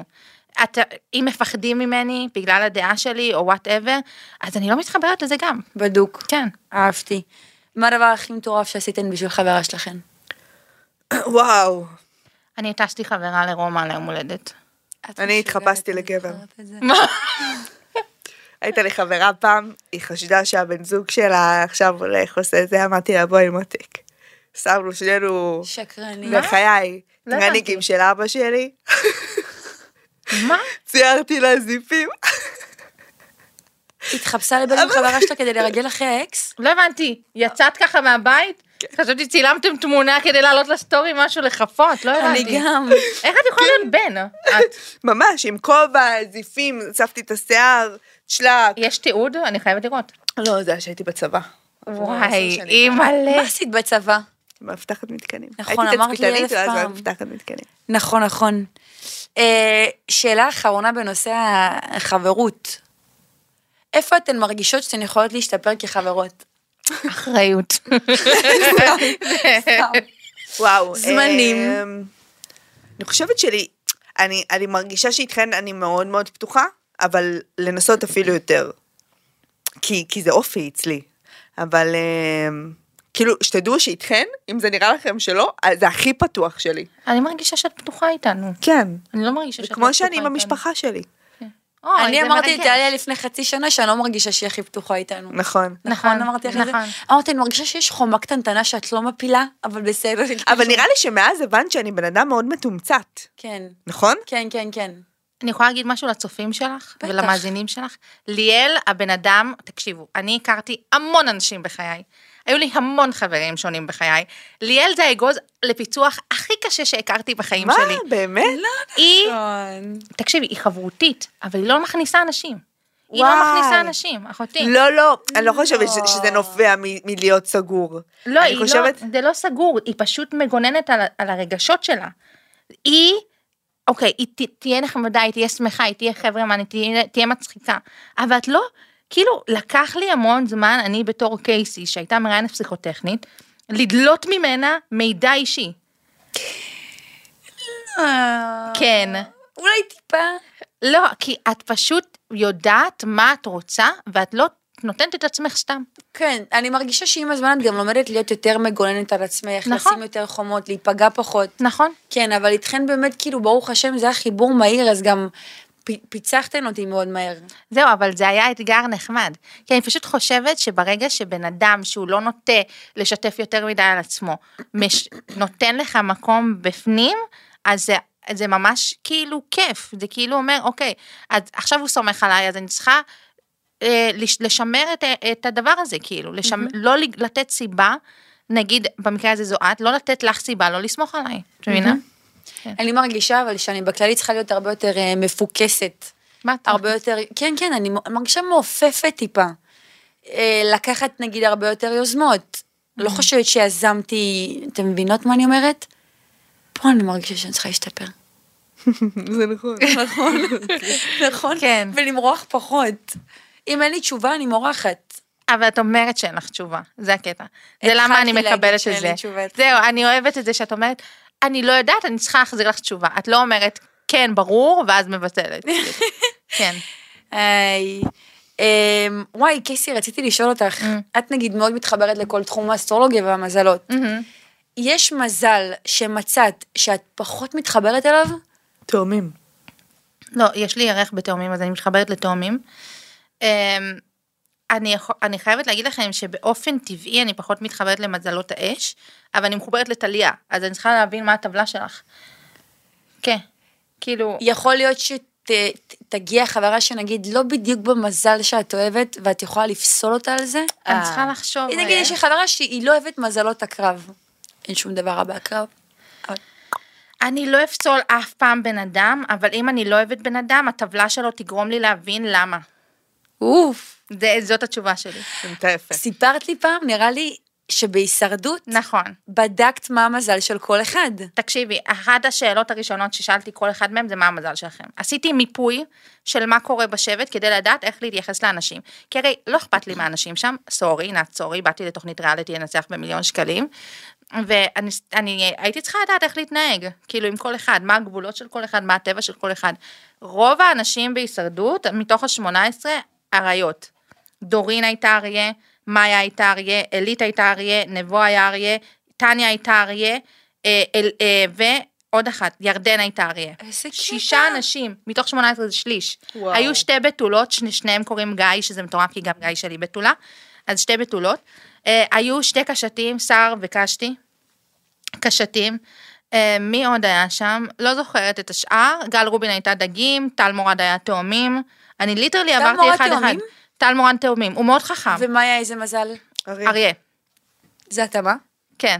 אתה, אם מפחדים ממני בגלל הדעה שלי או וואטאבר, אז אני לא מתחברת לזה גם.
בדוק.
כן.
אהבתי. מה הדבר הכי מטורף שעשיתן בשביל חברה שלכן?
וואו.
אני הטסתי חברה לרומא ליום הולדת.
אני
את משוגעת,
התחפשתי
אני
לגבר.
זוכרת את זה.
הייתה לי חברה פעם, היא חשדה שהבן זוג שלה עכשיו הולך עושה זה, אמרתי לה בואי מותק. שמנו שנינו,
שקרנים.
בחיי,
לא
טרניקים של אבא שלי,
מה?
ציירתי לה זיפים.
התחפשה לבן עם חברה שלה כדי לרגל אחרי האקס?
לא הבנתי, יצאת ככה מהבית? חשבתי צילמתם תמונה כדי לעלות לסטורי משהו לחפות, לא הבנתי.
אני גם.
איך את יכולה להיות בן? את-
ממש, עם כובע, זיפים, צפתי את השיער, שלק.
יש תיעוד? אני חייבת לראות.
לא, זה לא היה שהייתי בצבא.
וואי, אימא'לה.
מה עשית בצבא?
מאבטחת מתקנים.
נכון,
הייתי
אמרת לי
תצפיתנית,
אלף
ואז
פעם.
הייתי מאבטחת מתקנים.
נכון, נכון. אה, שאלה אחרונה בנושא החברות. איפה אתן מרגישות שאתן יכולות להשתפר כחברות?
אחריות.
וואו.
זמנים.
אמ, אני חושבת שלי, אני, אני מרגישה שאיתכן אני מאוד מאוד פתוחה, אבל לנסות אפילו יותר. כי, כי זה אופי אצלי. אבל אה, כאילו, שתדעו שאיתכן, אם זה נראה לכם שלא, אז זה הכי פתוח שלי.
אני מרגישה שאת פתוחה איתנו.
כן.
אני לא מרגישה שאת לא פתוחה
כמו שאני
איתנו.
עם המשפחה שלי.
אוי,
אני
זה
אמרתי
מרגש.
לדליה לפני חצי שנה שאני לא מרגישה שהיא הכי פתוחה איתנו.
נכון.
נכון, אמרתי לך את זה.
נכון.
אמרתי, אני מרגישה שיש חומה קטנטנה שאת לא מפילה, אבל בסדר.
אבל נראה לי שמאז הבנת שאני בן אדם מאוד מתומצת,
כן,
נכון?
כן, כן, כן.
אני יכולה להגיד משהו לצופים שלך
בטח.
ולמאזינים שלך? ליאל, הבן אדם, תקשיבו, אני הכרתי המון אנשים בחיי. היו לי המון חברים שונים בחיי. ליאל זה האגוז לפיצוח הכי קשה שהכרתי בחיים
מה,
שלי. לא.
באמת?
היא,
נכון.
תקשיבי, היא חברותית, אבל היא לא מכניסה אנשים. היא
וואי.
לא מכניסה אנשים, אחותי.
לא, לא, אני לא חושבת ש- שזה נובע מ- מלהיות סגור.
לא,
אני
היא
חושבת-
לא, זה לא סגור, היא פשוט מגוננת על, ה- על הרגשות שלה. היא, אוקיי, היא ת, תהיה נחמדה, היא תהיה שמחה, היא תהיה חברמנית, תהיה, תהיה מצחיקה, אבל את לא, כאילו, לקח לי המון זמן, אני בתור קייסי, שהייתה מראיינת פסיכוטכנית, לדלות ממנה מידע אישי. כן.
אה, אולי טיפה.
לא, כי את פשוט יודעת מה את רוצה, ואת לא נותנת את עצמך סתם.
כן, אני מרגישה שעם הזמן את גם לומדת להיות יותר מגוננת על עצמך,
נכון.
לשים יותר חומות, להיפגע פחות.
נכון?
כן, אבל איתכן באמת, כאילו, ברוך השם, זה היה חיבור מהיר, אז גם פ- פיצחתן אותי מאוד מהר.
זהו, אבל זה היה אתגר נחמד. כי אני פשוט חושבת שברגע שבן אדם שהוא לא נוטה לשתף יותר מדי על עצמו, מש... נותן לך מקום בפנים, אז זה, זה ממש כאילו כיף. זה כאילו אומר, אוקיי, אז עכשיו הוא סומך עליי, אז אני צריכה אה, לש- לשמר את, ה- את הדבר הזה, כאילו, לשמ... לא ל- לתת סיבה. נגיד, במקרה הזה זו את, לא לתת לך סיבה לא לסמוך עליי, את מבינה?
אני מרגישה, אבל שאני בכללי צריכה להיות הרבה יותר אה, מפוקסת.
מה את
הרבה יותר, כן, כן, אני מ- מרגישה מעופפת טיפה. אה, לקחת נגיד הרבה יותר יוזמות. לא חושבת שיזמתי, אתם מבינות מה אני אומרת? פה אני מרגישה שאני צריכה להשתפר.
זה נכון.
נכון?
כן.
ולמרוח פחות. אם אין לי תשובה, אני מורחת.
אבל את אומרת שאין לך תשובה, זה הקטע. זה למה אני
התחלתי להגיד
מקבלת
שאין
את
לי
זה.
תשובה.
זהו, אני אוהבת את זה שאת אומרת, אני לא יודעת, אני צריכה להחזיר לך תשובה. את לא אומרת, כן, ברור, ואז מבטלת. כן.
היי. אמ, וואי, קייסי, רציתי לשאול אותך,
Mm.
את נגיד מאוד מתחברת לכל תחום האסטרולוגיה והמזלות. יש מזל שמצאת שאת פחות מתחברת אליו?
תאומים.
לא, יש לי ירך בתאומים, אז אני מתחברת לתאומים. אמ, אני, יכול- אני חייבת להגיד לכם שבאופן טבעי אני פחות מתחברת למזלות האש, אבל אני מחוברת לטליה, אז אני צריכה להבין מה הטבלה שלך. כן, כאילו...
יכול להיות שתגיע חברה שנגיד לא בדיוק במזל שאת אוהבת, ואת יכולה לפסול אותה על זה?
אני צריכה לחשוב אה,
נגיד,
רגע.
יש לי חברה שהיא לא אוהבת מזלות הקרב. אין שום דבר רע בהקרב.
אני לא אפסול אף פעם בן אדם, אבל אם אני לא אוהבת בן אדם, הטבלה שלו תגרום לי להבין למה.
אוף.
זה, זאת התשובה שלי.
אתה יפה.
סיפרת לי פעם, נראה לי, שבהישרדות,
נכון.
בדקת מה המזל של כל אחד.
תקשיבי, אחת השאלות הראשונות ששאלתי כל אחד מהם זה מה המזל שלכם. עשיתי מיפוי של מה קורה בשבט כדי לדעת איך להתייחס לאנשים. כי הרי לא אכפת לי מהאנשים שם, סורי, נת סורי, באתי לתוכנית ריאליטי לנצח במיליון שקלים, ואני אני, הייתי צריכה לדעת איך להתנהג, כאילו עם כל אחד, מה הגבולות של כל אחד, מה הטבע של כל אחד. רוב האנשים בהישרדות, מתוך ה-18, אריות. דורין הייתה אריה, מאיה הייתה אריה, אלית הייתה אריה, נבו היה אריה, טניה הייתה אריה, אה, אל- אה, ועוד אחת, ירדן הייתה אריה.
איזה קטע.
שישה אנשים, מתוך 18 זה שליש.
וואו.
היו שתי בתולות, שני, שניהם קוראים גיא, שזה מטורף, כי גם גיא שלי בתולה. אז שתי בתולות. אה, היו שתי קשתים, שר וקשתי. קשתים. אה, מי עוד היה שם? לא זוכרת את השאר. גל רובין הייתה דגים, טל מורד היה תאומים. אני ליטרלי עברתי
מורד
אחד אחד.
תאומים?
טל מורד תאומים. הוא מאוד חכם.
ומאיה, איזה מזל.
אריה.
זה התאמה?
כן.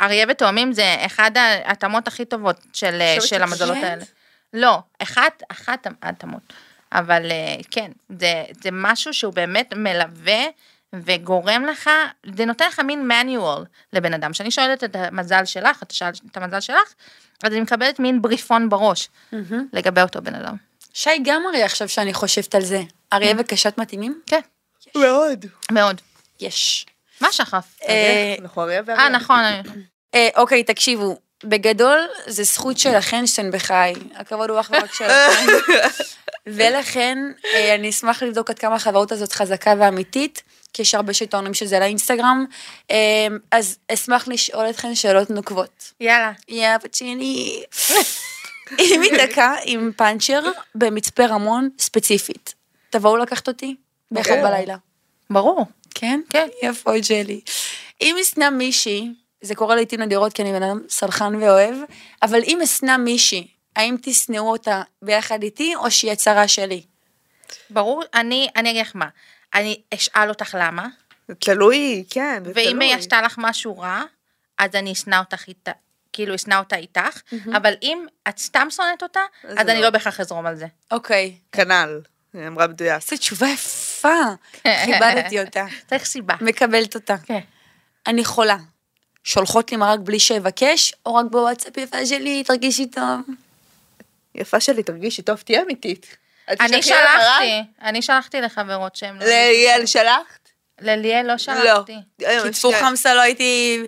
אריה ותאומים זה אחד ההתאמות הכי טובות של,
חושבת
של המזלות
שכן?
האלה. לא, אחת, אחת ההתאמות. אבל אה, כן, זה, זה משהו שהוא באמת מלווה וגורם לך, זה נותן לך מין manual לבן אדם. כשאני שואלת את המזל שלך, את שאלת את המזל שלך, אז אני מקבלת מין בריפון בראש לגבי אותו בן אדם.
שי גם אריה עכשיו שאני חושבת על זה. אריה וקשת מתאימים?
כן,
מאוד.
מאוד.
יש.
מה שחף?
אה,
אנחנו אריה ואריה.
אה, נכון.
אה, אוקיי, תקשיבו, בגדול, זה זכות שלכן שאתן בחי. הכבוד הוא אך ורק שלכן. ולכן, אה, אני אשמח לבדוק עד כמה החברות הזאת חזקה ואמיתית, כי יש הרבה שטוענים שזה לאינסטגרם. אה, אז אשמח לשאול אתכן שאלות נוקבות.
יאללה.
יא פצ'יני. היא מתדקה עם פאנצ'ר במצפה רמון ספציפית. תבואו לקחת אותי באחד
ברור.
בלילה.
ברור.
כן?
כן.
יפו ג'לי. אם אשנא מישהי, זה קורה לעיתים נדירות כי אני בן אדם סלחן ואוהב, אבל אם אשנא מישהי, האם תשנאו אותה ביחד איתי או שהיא הצרה שלי?
ברור, אני, אני אגיד לך מה, אני אשאל אותך למה,
זה תלוי, כן, זה תלוי.
ואם היא עשתה לך משהו רע, אז אני אשנא אותך איתה, כאילו אשנא אותה איתך, אבל אם את סתם שונאת אותה,
אז
אז
לא.
אני לא בהכרח אזרום על זה.
אוקיי.
כנ"ל, היא אמרה מדויק.
איזו תשובה יפה. כיבדתי אותה.
צריך סיבה.
מקבלת אותה.
כן.
אני חולה. שולחות לי מרק בלי שאבקש, או רק בוואטסאפ יפה שלי, תרגישי טוב.
יפה שלי, תרגישי טוב, תהיה אמיתית. את
אני
תשלחי לה מרק?
שלחתי, אני שלחתי לחברות שהן לא...
ליאל שלחת?
לליאל לא
לא.
שלחתי.
כתפו חמסה לא הייתי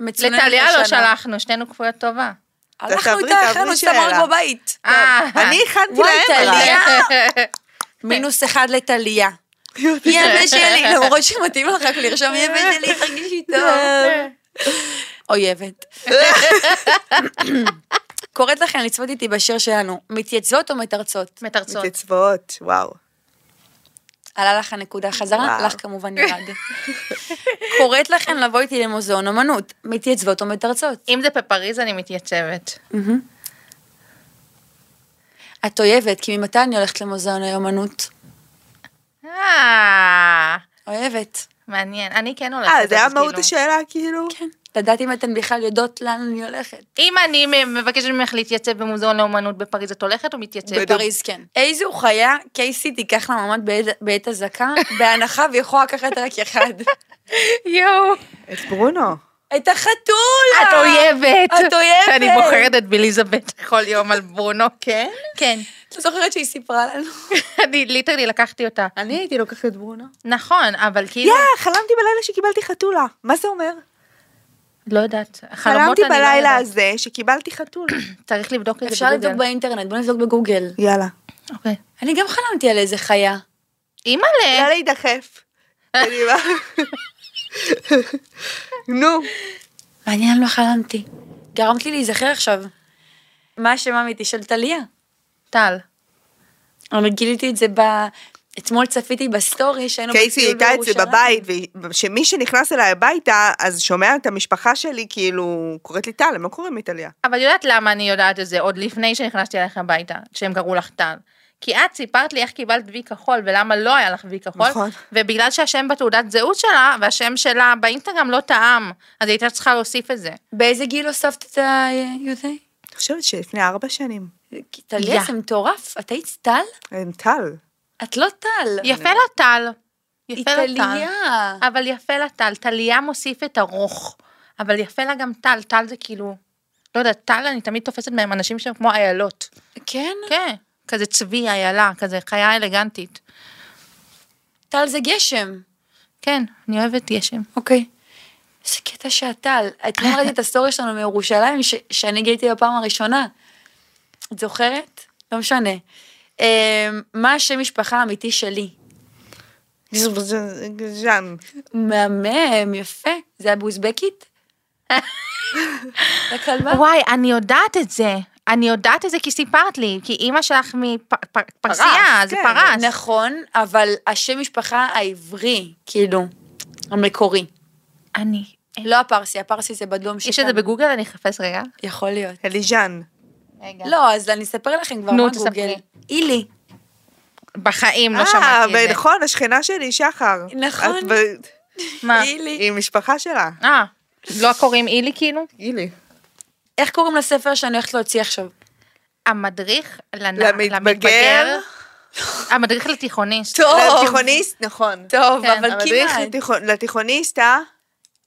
מצוננת
לטליה לא
השנה.
שלחנו, שנינו כפויות טובה.
הלכנו
תעברי,
איתה,
תעברי
אכלנו סתם
שאלה.
מרק בבית.
אה,
כן. אני הכנתי
וואי,
להם
טליה.
מרק. כן.
מינוס אחד לטליה. יפה שלי, לא למרות שמתאים לך רק לרשום יפה שלי, תרגישי טוב. אויבת. קוראת לכם לצפות איתי בשיר שלנו, מתייצבות או מתרצות?
מתרצות.
מתייצבות, וואו.
עלה לך הנקודה חזרה,
וואו.
לך כמובן ירד. קוראת לכם לבוא איתי למוזיאון אמנות, מתייצבות או מתרצות?
אם זה בפריז אני מתייצבת.
את אויבת, כי ממתי אני הולכת למוזיאון אמנות?
אה,
אויבת.
מעניין, אני כן הולכת.
אה, זה היה
אז
מהות
כאילו-
השאלה, כאילו?
כן. לדעת אם אתן בכלל יודעות לאן אני הולכת.
אם אני מבקשת ממך להתייצב במוזיאון לאומנות בפריז, את הולכת או מתייצבת?
בפריז כן. איזו חיה קייסי תיקח לה ממ"ד בעת- בעת אזעקה, בהנחה ויכולה לקחת רק אחד.
יואו.
את ברונו.
את החתולה!
אה, את אויבת.
את אויבת!
אני בוחרת את בליזבת כל יום על ברונו. כן? כן.
את לא זוכרת שהיא סיפרה לנו.
אני ליטרלי לקחתי אותה.
אני הייתי לוקחת את ברונו.
נכון, אבל כאילו...
יא, חלמתי בלילה שקיבלתי חתולה. מה זה אומר?
לא יודעת. חלומות
חלמתי
אני לא
בלילה
יודעת.
הזה שקיבלתי חתולה.
צריך לבדוק את זה
אפשר לבדוק
בגוגל.
באינטרנט, בוא נבדוק בגוגל.
יאללה.
אוקיי.
אני גם חלמתי על איזה חיה.
אימא'לה.
יאללה, יידחף. אני בא- נו.
מעניין, לא חלמתי. גרמת לי להיזכר עכשיו. מה שמה מתשאל טליה?
טל.
אבל גיליתי את זה ב... אתמול צפיתי בסטורי שהיינו
קייסי
בטיול
הייתה אצלי
לא בירושלים.
בבית, ושמי שנכנס אליי הביתה, אז שומע את המשפחה שלי, כאילו, קוראת לי טל, הם לא קוראים לי טליה.
אבל יודעת למה אני יודעת את זה עוד לפני שנכנסתי אליך הביתה, שהם קראו לך טל. כי את סיפרת לי איך קיבלת וי כחול ולמה לא היה לך וי כחול,
נכון.
ובגלל שהשם בתעודת זהות שלה והשם שלה באינסטגרם לא טעם, אז הייתה צריכה להוסיף את זה.
באיזה גיל הוספת את אה, ה-USA?
אני חושבת שלפני ארבע שנים.
כי טליה
יא.
זה מטורף, את היית טל?
הם טל.
את לא טל.
יפה לה טל,
היא
יפה לה טל,
טליה.
אבל יפה לה טל, טליה מוסיף את הרוך, אבל יפה לה גם טל, טל זה כאילו, לא יודעת, טל אני תמיד תופסת מהם אנשים שהם כמו איילות,
כן?
כן, כזה צבי, איילה, כזה חיה אלגנטית,
טל זה גשם.
כן, אני אוהבת גשם.
אוקיי. איזה קטע שהטל. את לא ראיתי את הסטורי שלנו מירושלים, ש- שאני גיליתי בפעם הראשונה. את זוכרת? לא משנה. אה, מה השם משפחה האמיתי שלי?
ז'אן.
מהמם, יפה. זה היה באוזבקית? לכלבה?
וואי, אני יודעת את זה. אני יודעת את זה כי סיפרת לי, כי אימא שלך מפרסייה,
פרס,
זה
כן.
פרס.
נכון, אבל השם משפחה העברי, כאילו, המקורי.
אני...
לא הפרסי, הפרסי זה בדום
יש את זה
שכאן.
בגוגל? אני אחפש רגע.
יכול להיות.
אליז'אן.
רגע. לא.
לא, אז אני אספר לכם כבר
נו,
מה
תספרי.
גוגל. אילי.
בחיים לא
אה,
שמעתי את זה.
ונכון, השכנה שלי, שחר.
נכון.
את ב-
מה?
אילי.
היא משפחה שלה.
אה, לא קוראים אילי כאילו?
גילי.
איך קוראים לספר שאני הולכת להוציא עכשיו?
המדריך לנ-
למתבגר.
למתבגר. המדריך לתיכוניסט.
טוב.
לתיכוניסט, נכון.
טוב,
כן,
אבל לא
המדריך
כמעט.
לתיכון- לתיכוניסט, אה?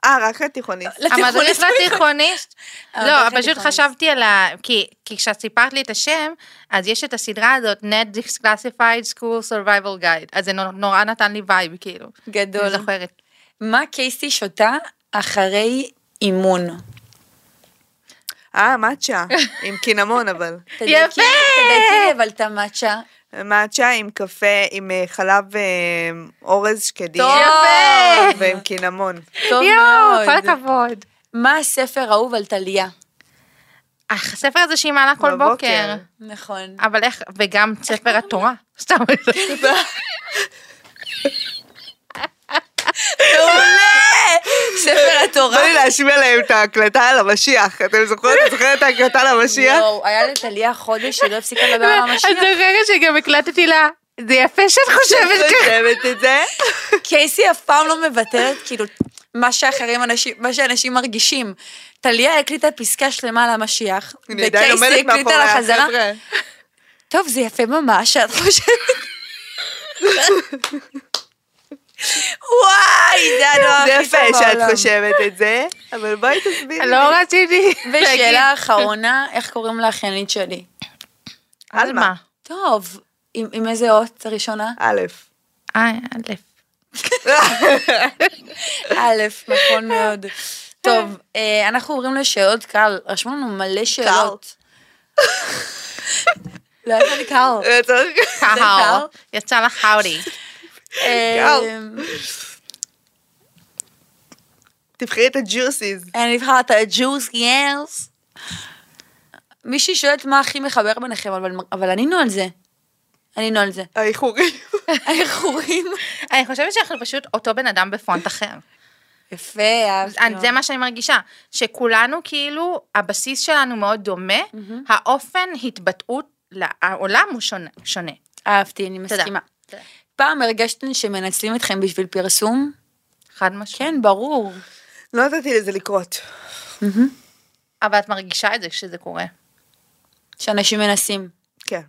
אה, רק לתיכוניסט.
המדריך לא- לתיכוניסט?
המדריך
לא, פשוט
לתיכוניסט.
חשבתי על ה... כי כי כשאת סיפרת לי את השם, אז יש את הסדרה הזאת, Net Disclassified School Survival Guide, אז זה נו- נורא נתן לי וייב, כאילו.
גדול.
אני זוכרת.
מה קייסי שותה אחרי אימון?
אה, מצ'ה, עם קינמון אבל.
יפה!
תדייקי אבל את המצ'ה.
מצ'ה עם קפה, עם אה, חלב אה, אורז שקדים.
טוב.
יפה!
ועם קינמון.
טוב
יואו, כל
מאוד.
הכבוד.
מה הספר האהוב על טליה?
הספר הזה שהיא מעלה כל
בבוקר.
בוקר.
נכון.
אבל איך, וגם ספר התורה. סתם. לא
ספר התורה.
בא לי להשמיע להם את ההקלטה על המשיח. אתם זוכרות? את זוכרת את ההקלטה על המשיח?
יואו, היה לטליה חודש שהיא לא הפסיקה לדבר על
את
המשיח.
זוכרת שגם הקלטתי לה, זה יפה שאת חושבת ככה.
חושבת את זה?
קייסי אף פעם לא מוותרת, כאילו, מה שאחרים אנשים, מה שאנשים מרגישים. טליה הקליטה פסקה שלמה על המשיח,
אני עדיין
וקייסי
עומדת
הקליטה
מאחוריה,
לה חזרה.
חבר'ה.
טוב, זה יפה ממש, שאת חושבת. וואי, זה הדבר
זה
הכי
יפה
טוב
שאת
בעולם.
חושבת את זה, אבל בואי תסבירי. לי.
לא רציתי.
ושאלה אחרונה, איך קוראים לאחיינית שלי?
על מה?
טוב, עם עם איזה אות הראשונה?
א',
אה, א'.
א', נכון מאוד. טוב, אה, אנחנו עוברים לשאלות קהל, רשמו לנו מלא שאלות. לא היה לי קהל.
קהל. יצא לך האורי.
אה,
תבחרי את הג'וסיז.
אני אבחר את הג'וס, יאס. מישהי שואלת מה הכי מחבר ביניכם, אבל- אבל ענינו על זה. ענינו על זה.
האיחורים.
האיחורים.
אני חושבת שאנחנו פשוט אותו בן אדם בפונט אחר.
יפה, אהבתי.
אני-
מאוד.
אה, זה מה שאני מרגישה, שכולנו כאילו, הבסיס שלנו מאוד דומה, האופן התבטאות לעולם הוא שונה. שונה.
אהבתי, אני
תודה.
מסכימה.
תודה.
פעם הרגשתם שמנצלים אתכם בשביל פרסום?
חד משמעית.
כן, ברור.
לא נתתי לזה לקרות.
אבל את מרגישה את זה כשזה קורה.
שאנשים מנסים.
כן.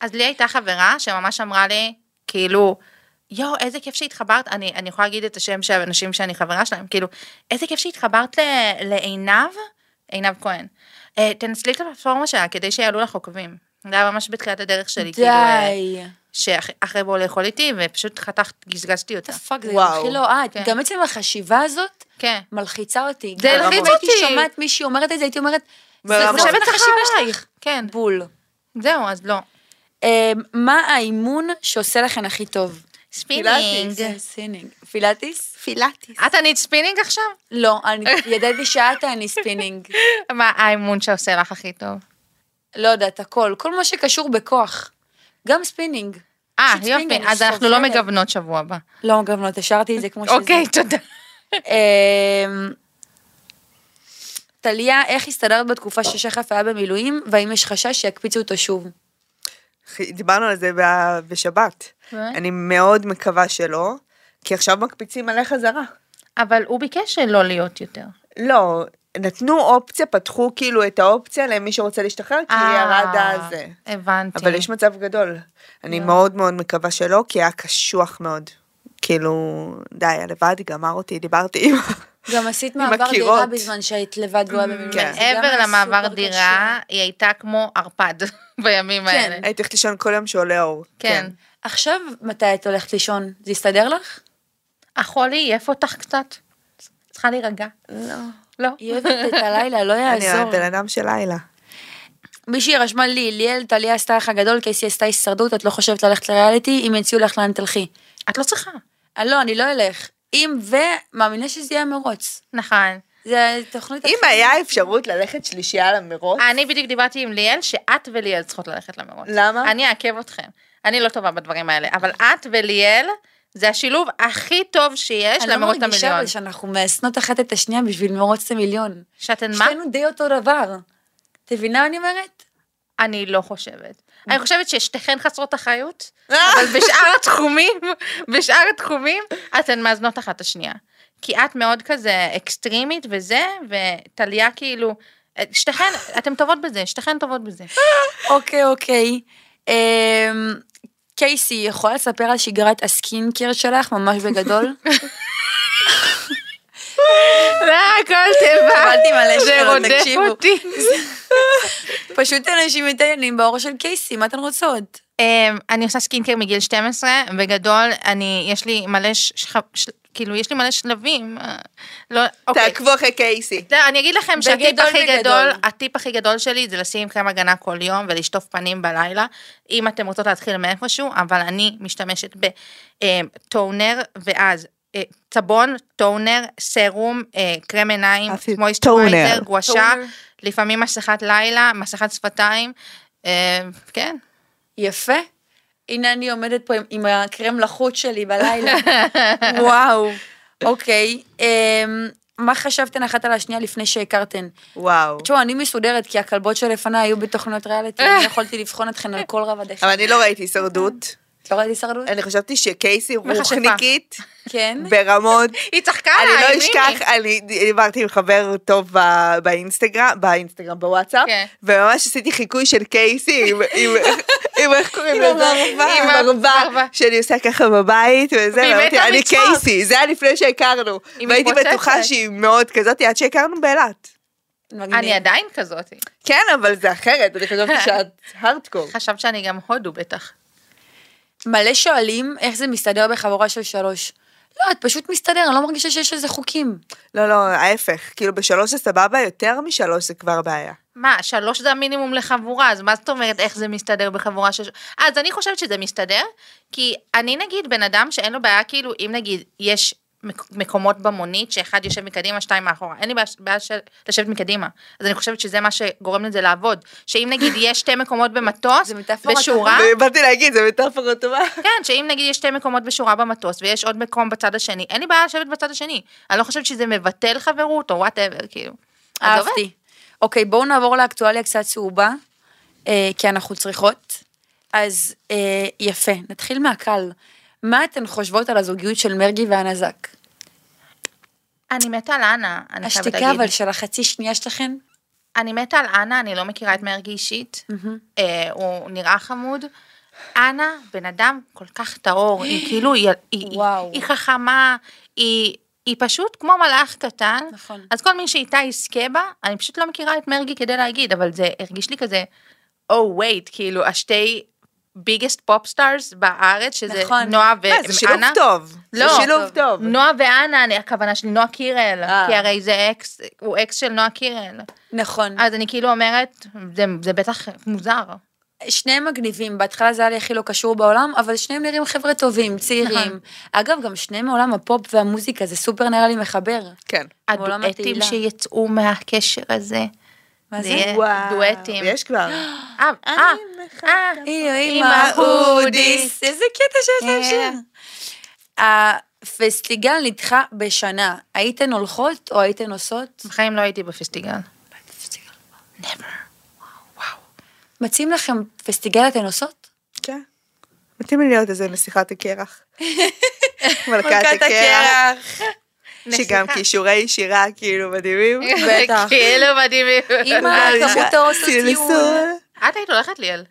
אז לי הייתה חברה שממש אמרה לי, כאילו, יואו, איזה כיף שהתחברת, אני, אני יכולה להגיד את השם של האנשים שאני חברה שלהם, כאילו, איזה כיף שהתחברת ל- לעינב, עינב כהן. אה, תנצלי את הפלטפורמה שלה כדי שיעלו לך עוקבים. זה היה ממש בתחילת הדרך שלי, כאילו, אה,
די.
שאחרי בו לאכול איתי, ופשוט חתכת, גזגזתי אותה.
פאק, זה
וואו.
הכי לא את.
כן.
גם עצם החשיבה הזאת
כן.
מלחיצה אותי.
זה
גם
הלחיץ
אם הייתי
אותי.
שומעת מישהי אומרת את זה, הייתי אומרת, זה זה
ברמות.
חושבת
אופן
ככה
החשיבה
עלייך.
שלך.
כן.
בול.
זהו, אז לא.
אה, מה האימון שעושה לכן הכי טוב?
ספינינג.
ספינינג. פילאטיס?
פילאטיס.
את ענית ספינינג עכשיו?
לא, אני ידעתי שאת אני ספינינג.
מה האימון שעושה לך הכי טוב?
לא יודעת, הכל. כל מה שקשור בכוח. גם ספינינג.
אה,
פשוט ספינינג,
יופי,
אני
אז אנחנו לא
סובלת.
מגוונות שבוע הבא.
לא, גם לא, השארתי את זה כמו שזה.
אוקיי, תודה.
אמ, טליה, איך הסתדרת בתקופה ששחף היה במילואים, והאם יש חשש שיקפיצו אותו שוב?
דיברנו על זה ב- בשבת.
באמת?
אני מאוד מקווה שלא, כי עכשיו מקפיצים מלא חזרה.
אבל הוא ביקש שלא להיות יותר.
לא, נתנו אופציה, פתחו כאילו את האופציה למי שרוצה להשתחרר, כי
אה,
ירד הזה.
הבנתי.
אבל יש מצב גדול. אני מאוד מאוד מקווה שלא, כי היה קשוח מאוד. כאילו, די, הלבד גמר אותי, דיברתי עם...
גם עשית
עם
מעבר דירה
הקירות.
בזמן שהיית לבד והוא היה במילואים.
כן.
זה גם
מעבר
היה
למעבר
סופר
דירה, היא הייתה כמו ערפד בימים האלה.
הייתי הולכת לישון כל יום שעולה אור.
כן.
קשה. עכשיו, מתי את הולכת לישון? זה יסתדר לך?
החולי עייף אותך קצת? צריכה להירגע.
לא.
לא.
היא אוהבת את הלילה, לא יעזור.
אני בן אדם של לילה.
מישהי רשמה לי, ליאל, טליה עשתה לך גדול, קייסי עשתה הישרדות, את לא חושבת ללכת לריאליטי, אם יציעו לך לאן תלכי.
את לא צריכה.
אה, לא, אני לא אלך. אם ו... מאמינה שזה יהיה מרוץ.
נכון.
זה תוכנית...
אם
הכי-
היה אפשרות ללכת שלישייה למרוץ,
אני בדיוק דיברתי עם ליאל, שאת וליאל צריכות ללכת למרוץ.
למה?
אני אעכב אתכם. אני לא טובה בדברים האלה, אבל את וליאל, זה השילוב הכי טוב שיש
אני לא
למרוץ
מרגישה
המיליון.
אבל שאנחנו מאזנות אחת את השנייה בשביל מרוץ המיליון.
שאתן מה?
שתינו די אותו דבר. את מבינה מה אני אומרת?
אני לא חושבת. אני חושבת ששתיכן חסרות אחריות,
אה!
אבל בשאר התחומים, בשאר התחומים, אתן מאזנות אחת את השנייה. כי את מאוד כזה אקסטרימית וזה, וטליה כאילו, שתיכן, אתן טובות בזה, שתיכן טובות בזה.
אוקיי, אוקיי. אמ, קייסי, יכולה לספר על שגרת הסקין קיר שלך ממש בגדול?
לא, הכל תיבה.
קיבלתי מלא
זה
שאלות,
רודף
תקשיבו.
אותי.
פשוט אנשים מתעניינים בעור של קייסי, מה אתן רוצות?
אמ, אני עושה סקינקר מגיל 12, בגדול, אני, יש לי מלא ש- ש- ש- כאילו, יש לי מלא שלבים. אה, לא, אוקיי.
תעקבו אחרי קייסי.
לא, אני אגיד לכם שהטיפ
בגדול,
הכי
בגדול.
גדול, הטיפ הכי גדול שלי זה לשים קרם הגנה כל יום ולשטוף פנים בלילה, אם אתם רוצות להתחיל מאיפשהו, אבל אני משתמשת בטונר, ואז אה, צבון, טונר, סרום, אה, קרם עיניים,
אהבתי,
מויסטורייזר,
טונר.
גואשה, לפעמים מסכת לילה, מסכת שפתיים, אה, כן.
יפה. הנה אני עומדת פה עם, עם הקרם לחוט שלי בלילה. וואו. אוקיי, אמ, מה חשבתן אחת על השנייה לפני שהכרתן?
וואו.
תשמעו, אני מסודרת, כי הכלבות שלפניי היו בתוכניות ריאליטי, אני יכולתי לבחון אתכן על כל רבדיך.
אבל אני לא ראיתי הישרדות.
את לא ראית הישרדות?
אני חשבתי שקייסי
מכשפה.
רוחניקית,
כן.
ברמות.
היא צחקה
אני
עליי,
לא
מימי.
אשכח, אני דיברתי עם חבר טוב ב- באינסטגרם, באינסטגרם, בוואטסאפ,
כן.
וממש עשיתי חיקוי של קייסי עם- עם, עם איך קוראים
עם
לזה?
המרווה.
עם
עם
ערווה,
המרווה.
שאני עושה ככה בבית, וזה,
והיא
ואמרתי,
מתה
אני
מצחוק."
קייסי, זה היה לפני שהכרנו,
היא
והייתי
מתפוצצת.
בטוחה שהיא מאוד כזאת, עד שהכרנו באילת.
מגניב.
אני עדיין כזאת.
כן, אבל זה אחרת, אני חשבתי שאת הארדקור.
חשבת שאני גם הודו בטח.
מלא שואלים איך זה מסתדר בחבורה של שלוש. לא, את פשוט מסתדר, אני לא מרגישה שיש לזה חוקים.
לא, לא, ההפך, כאילו בשלוש זה סבבה, יותר משלוש זה כבר בעיה.
מה, שלוש זה המינימום לחבורה, אז מה זאת אומרת איך זה מסתדר בחבורה של... אז אני חושבת שזה מסתדר, כי אני נגיד בן אדם שאין לו בעיה, כאילו, אם נגיד יש מק- מקומות במונית שאחד יושב מקדימה, שתיים מאחורה, אין לי בעיה, בעיה של לשבת מקדימה. אז אני חושבת שזה מה שגורם לזה לעבוד. שאם נגיד יש שתי מקומות במטוס,
זה מטאפורה
בשורה,
באתי להגיד, זה מטאפורה טובה.
כן, שאם נגיד יש שתי מקומות בשורה במטוס ויש עוד מקום בצד השני, אין לי בעיה לשבת בצד השני. אני לא חושבת שזה מבטל חברות או וואטאבר, כאילו. אז זה עובד.
אהבתי. אוקיי, בואו נעבור לאקטואליה קצת צהובה, אה, כי אנחנו צריכות. אז אה, יפה, נתחיל מהקל. מה אתן חושבות על הזוגיות של מרגי והנזק?
אני מתה על אנה, אני חייבת
השתיקה
להגיד.
אבל של החצי שנייה שלכן?
אני מתה על אנה, אני לא מכירה את מרגי אישית, אה, הוא נראה חמוד. אנה, בן אדם כל כך טהור, היא כאילו, היא, היא, היא,
וואו.
היא חכמה, היא, היא פשוט כמו מלאך קטן.
נכון.
אז כל מי שאיתה יזכה בה, אני פשוט לא מכירה את מרגי כדי להגיד, אבל זה הרגיש לי כזה, או oh, וייט, כאילו, השתי ביגסט פופ סטארס בארץ, שזה
נכון.
נועה
מה,
ואנה.
זה שילוב טוב.
לא.
זה שילוב טוב.
נועה ואנה, אני- הכוונה שלי, נועה קירל,
אה.
כי הרי זה אקס, הוא אקס של נועה קירל.
נכון.
אז אני כאילו אומרת, זה, זה בטח מוזר.
שניהם מגניבים, בהתחלה זה היה לי הכי לא קשור בעולם, אבל שניהם נראים חבר'ה טובים, צעירים.
נכון.
אגב, גם שניהם מעולם הפופ והמוזיקה, זה סופר נראה לי מחבר.
כן.
בעולם
הדואטים
התהילה.
שיצאו מהקשר הזה.
מה זה?
יהיה
וואו.
דואטים.
יש כבר.
אה, אה, אה,
אי או אימא
אימא
אודיס,
אודיס.
איזה קטע שיש להם
כן.
שיר. הפסטיגל נדחה בשנה, הייתן הולכות או הייתן עושות?
בחיים לא הייתי בפסטיגל. never.
מציעים לכם פסטיגל אתן עושות?
כן. מתאים לי להיות איזה נסיכת הקרח. מלכת הקרח. שגם
נסיכה.
כישורי שירה כאילו מדהימים.
כן.
אה,
בטח.
כאילו מדהים.
אימא, לא. כמות האוסו ציון.
סילסול.
את היית הולכת ליאל.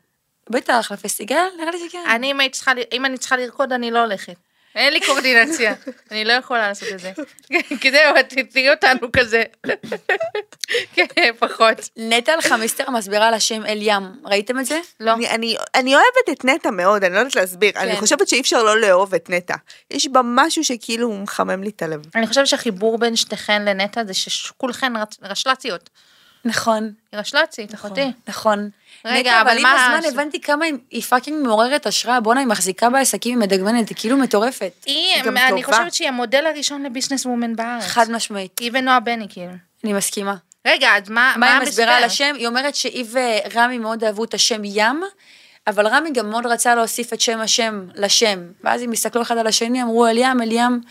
בטח, לפסטיגל? נראה לי שכן.
אני, אם היית צריכה ל- אם אני צריכה לרקוד, אני לא הולכת. אין לי קורדינציה, אני לא יכולה לעשות את זה. כי זהו, את תראי אותנו כזה. כן, פחות.
נטע אלחמיסטר מסבירה על השם אל ים, ראיתם את זה?
לא.
אני- אני- אני אוהבת את נטע מאוד, אני לא יודעת להסביר. אני
כן.
חושבת שאי אפשר לא לאהוב את נטע. יש בה משהו שכאילו הוא מחמם לי את הלב.
אני חושבת שהחיבור בין שתיכן לנטע זה שכולכן רצ- רשל"ציות.
נכון.
היא רשל"צית, אחותי.
נכון.
רגע,
נטע,
אבל מה
אבל עם
הש-
הזמן הבנתי כמה היא- היא פאקינג מעוררת השראה, בואנה, היא מחזיקה בעסקים, היא מדגמנת, היא כאילו מטורפת.
היא,
גם
אני
טובה.
חושבת שהיא המודל הראשון לביזנס וומן בארץ.
חד משמעית,
היא ונועה בני, כאילו.
אני מסכימה.
רגע, אז מה
מה היא
המסבר?
מסבירה על השם? היא אומרת שהיא ורמי מאוד אהבו את השם ים, אבל רמי גם מאוד רצה להוסיף את שם השם לשם. ואז הם הסתכלו אחד על השני, אמרו אל ים, אל ים,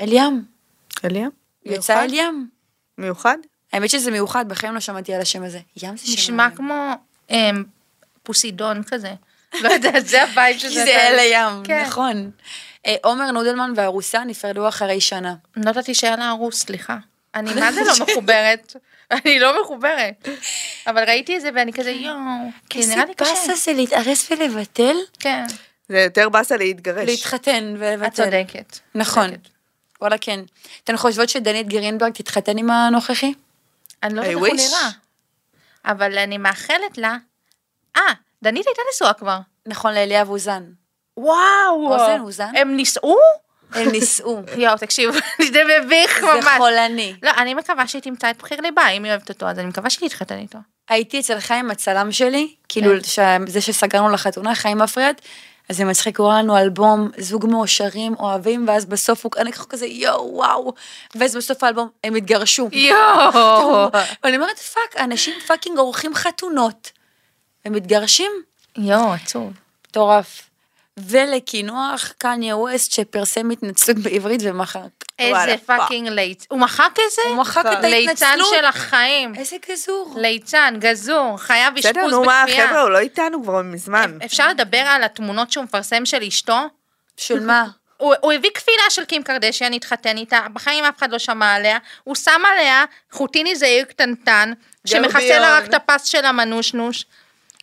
אל ים,
אליה?
יצא אל ים.
מיוחד?
האמת שזה מיוחד, בחיים לא שמעתי על השם הזה. ים זה שם.
נשמע
מעניין.
כמו אמ, פוסידון כזה. לא יודעת, זה הווייב שזה.
כי זה אל הים,
כן.
נכון. אה, עומר נודלמן והרוסה נפרדו אחרי שנה.
לא ידעתי שהיה לה הרוס, סליחה. אני מה זה לא מחוברת? אני לא מחוברת. אבל ראיתי את זה ואני כזה יואו. כי
איזה
נראה לי קשה.
באסה זה להתארס ולבטל?
כן.
זה יותר באסה להתגרש.
להתחתן ולבטל.
את צודקת.
נכון.
צודקת.
וואלה כן. אתן חושבות שדנית גרינברג תתחתן עם הנוכחי?
אני לא
I
יודעת איך הוא
wish.
נראה. אבל אני מאחלת לה... אה, דנית הייתה נשואה כבר.
נכון, לאליה ואוזן.
וואו.
אוזן, אוזן?
הם נישאו?
הם נישאו.
יואו, תקשיב, זה מביך
זה
ממש.
חולני.
לא, אני מקווה שהיא תמצא את בחיר ליבה, אם היא אוהבת אותו, אז אני מקווה שהיא תתחתן איתו.
הייתי אצל חיים הצלם שלי, כאילו שה- זה שסגרנו לחתונה, חיים אפריאט, אז הם מצחיק, קורא לנו אלבום, זוג מאושרים, אוהבים, ואז בסוף הוא אנחנו כזה יואו וואו, ואז בסוף האלבום הם התגרשו.
יואו.
ואני אומרת פאק, אנשים פאקינג עורכים חתונות, הם מתגרשים?
יואו, עצוב.
מטורף. ולקינוח, קניה ווסט שפרסם התנצלות בעברית ומחק.
איזה
וואלה,
פאקינג ליצ... הוא מחק את זה?
הוא מחק את
ליצן
ההתנצלות.
של החיים.
איזה גזור.
ליצן, גזור, חייב אשפוז
בסדר,
בכפייה.
נו מה, חבר'ה, הוא לא איתנו כבר מזמן.
אפשר לדבר על התמונות שהוא מפרסם של אשתו?
של מה?
הוא, הוא הביא כפילה של קים קרדשיאן, התחתן איתה, בחיים אף אחד לא שמע עליה, הוא שם עליה חוטיני זעיר קטנטן, שמכסה לה רק את הפס של המנושנוש.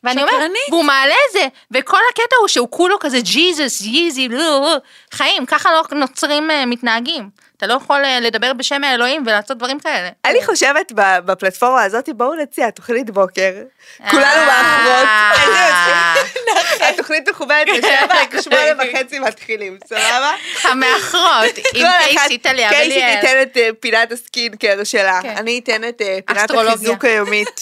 ואני אומרת,
שקרנית.
והוא מעלה את זה, וכל הקטע הוא שהוא כולו כזה ג'יזוס, ייזי, לא, לא. חיים, ככה לא נוצרים אה, מתנהגים. אתה לא יכול אה, לדבר בשם האלוהים ולעשות דברים כאלה.
אני חושבת ב- בפלטפורמה הזאת, בואו נציע תוכנית בוקר, כולנו
אה.
מאחרות, איזה מצחיק. התוכנית מכובדת לשבע, רק שמונה וחצי מתחילים, סבבה?
המאחרות, עם
כל אחת-
קייסי טליה
קייסי
וליאל.
תיתן את אה, פינת הסקינקר שלה,
כן.
אני אתן את אה, פינת
אסטרולוגיה.
החיזוק היומית,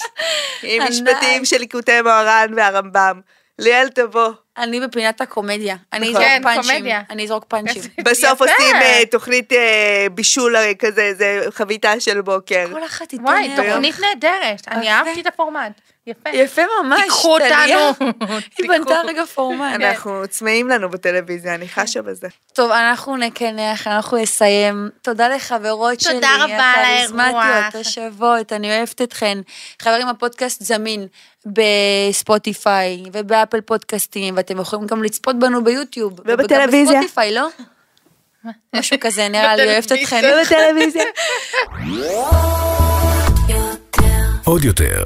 עם
ענק.
משפטים של ליקוטי מוהר"ן והרמב"ם. ליאל תבוא,
אני בפינת הקומדיה. אני
נכון.
אזרוק
כן,
פאנצ'ים.
קומדיה.
אני אזרוק פאנצ'ים.
בסוף
יפה.
עושים אה, תוכנית אה, בישול אה, כזה, זה חביתה של בוקר.
כל אחת תיתן...
וואי,
לי-
תוכנית נהדרת, אני
יפה.
אהבתי את הפורמט. יפה.
יפה ממש.
תיקחו
טליה.
אותנו.
היא בנתה
תיקחו. נכון.
רגע פורמט.
אנחנו צמאים לנו בטלוויזיה, אני חשה בזה.
טוב, אנחנו נקנח, אנחנו נסיים. תודה לחברות
תודה
שלי.
רבה על האירוח.
הכריזמטיות, השוות, אני אוהבת אתכן. חברים, הפודקאסט זמין בספוטיפיי ובאפל פודקאסטים, ואתם יכולים גם לצפות בנו ביוטיוב.
ובטלוויזיה.
וגם בספוטיפיי, לא? משהו כזה, נראה לי, אוהבת אתכן.
בטלוויזיה.
עוד יותר,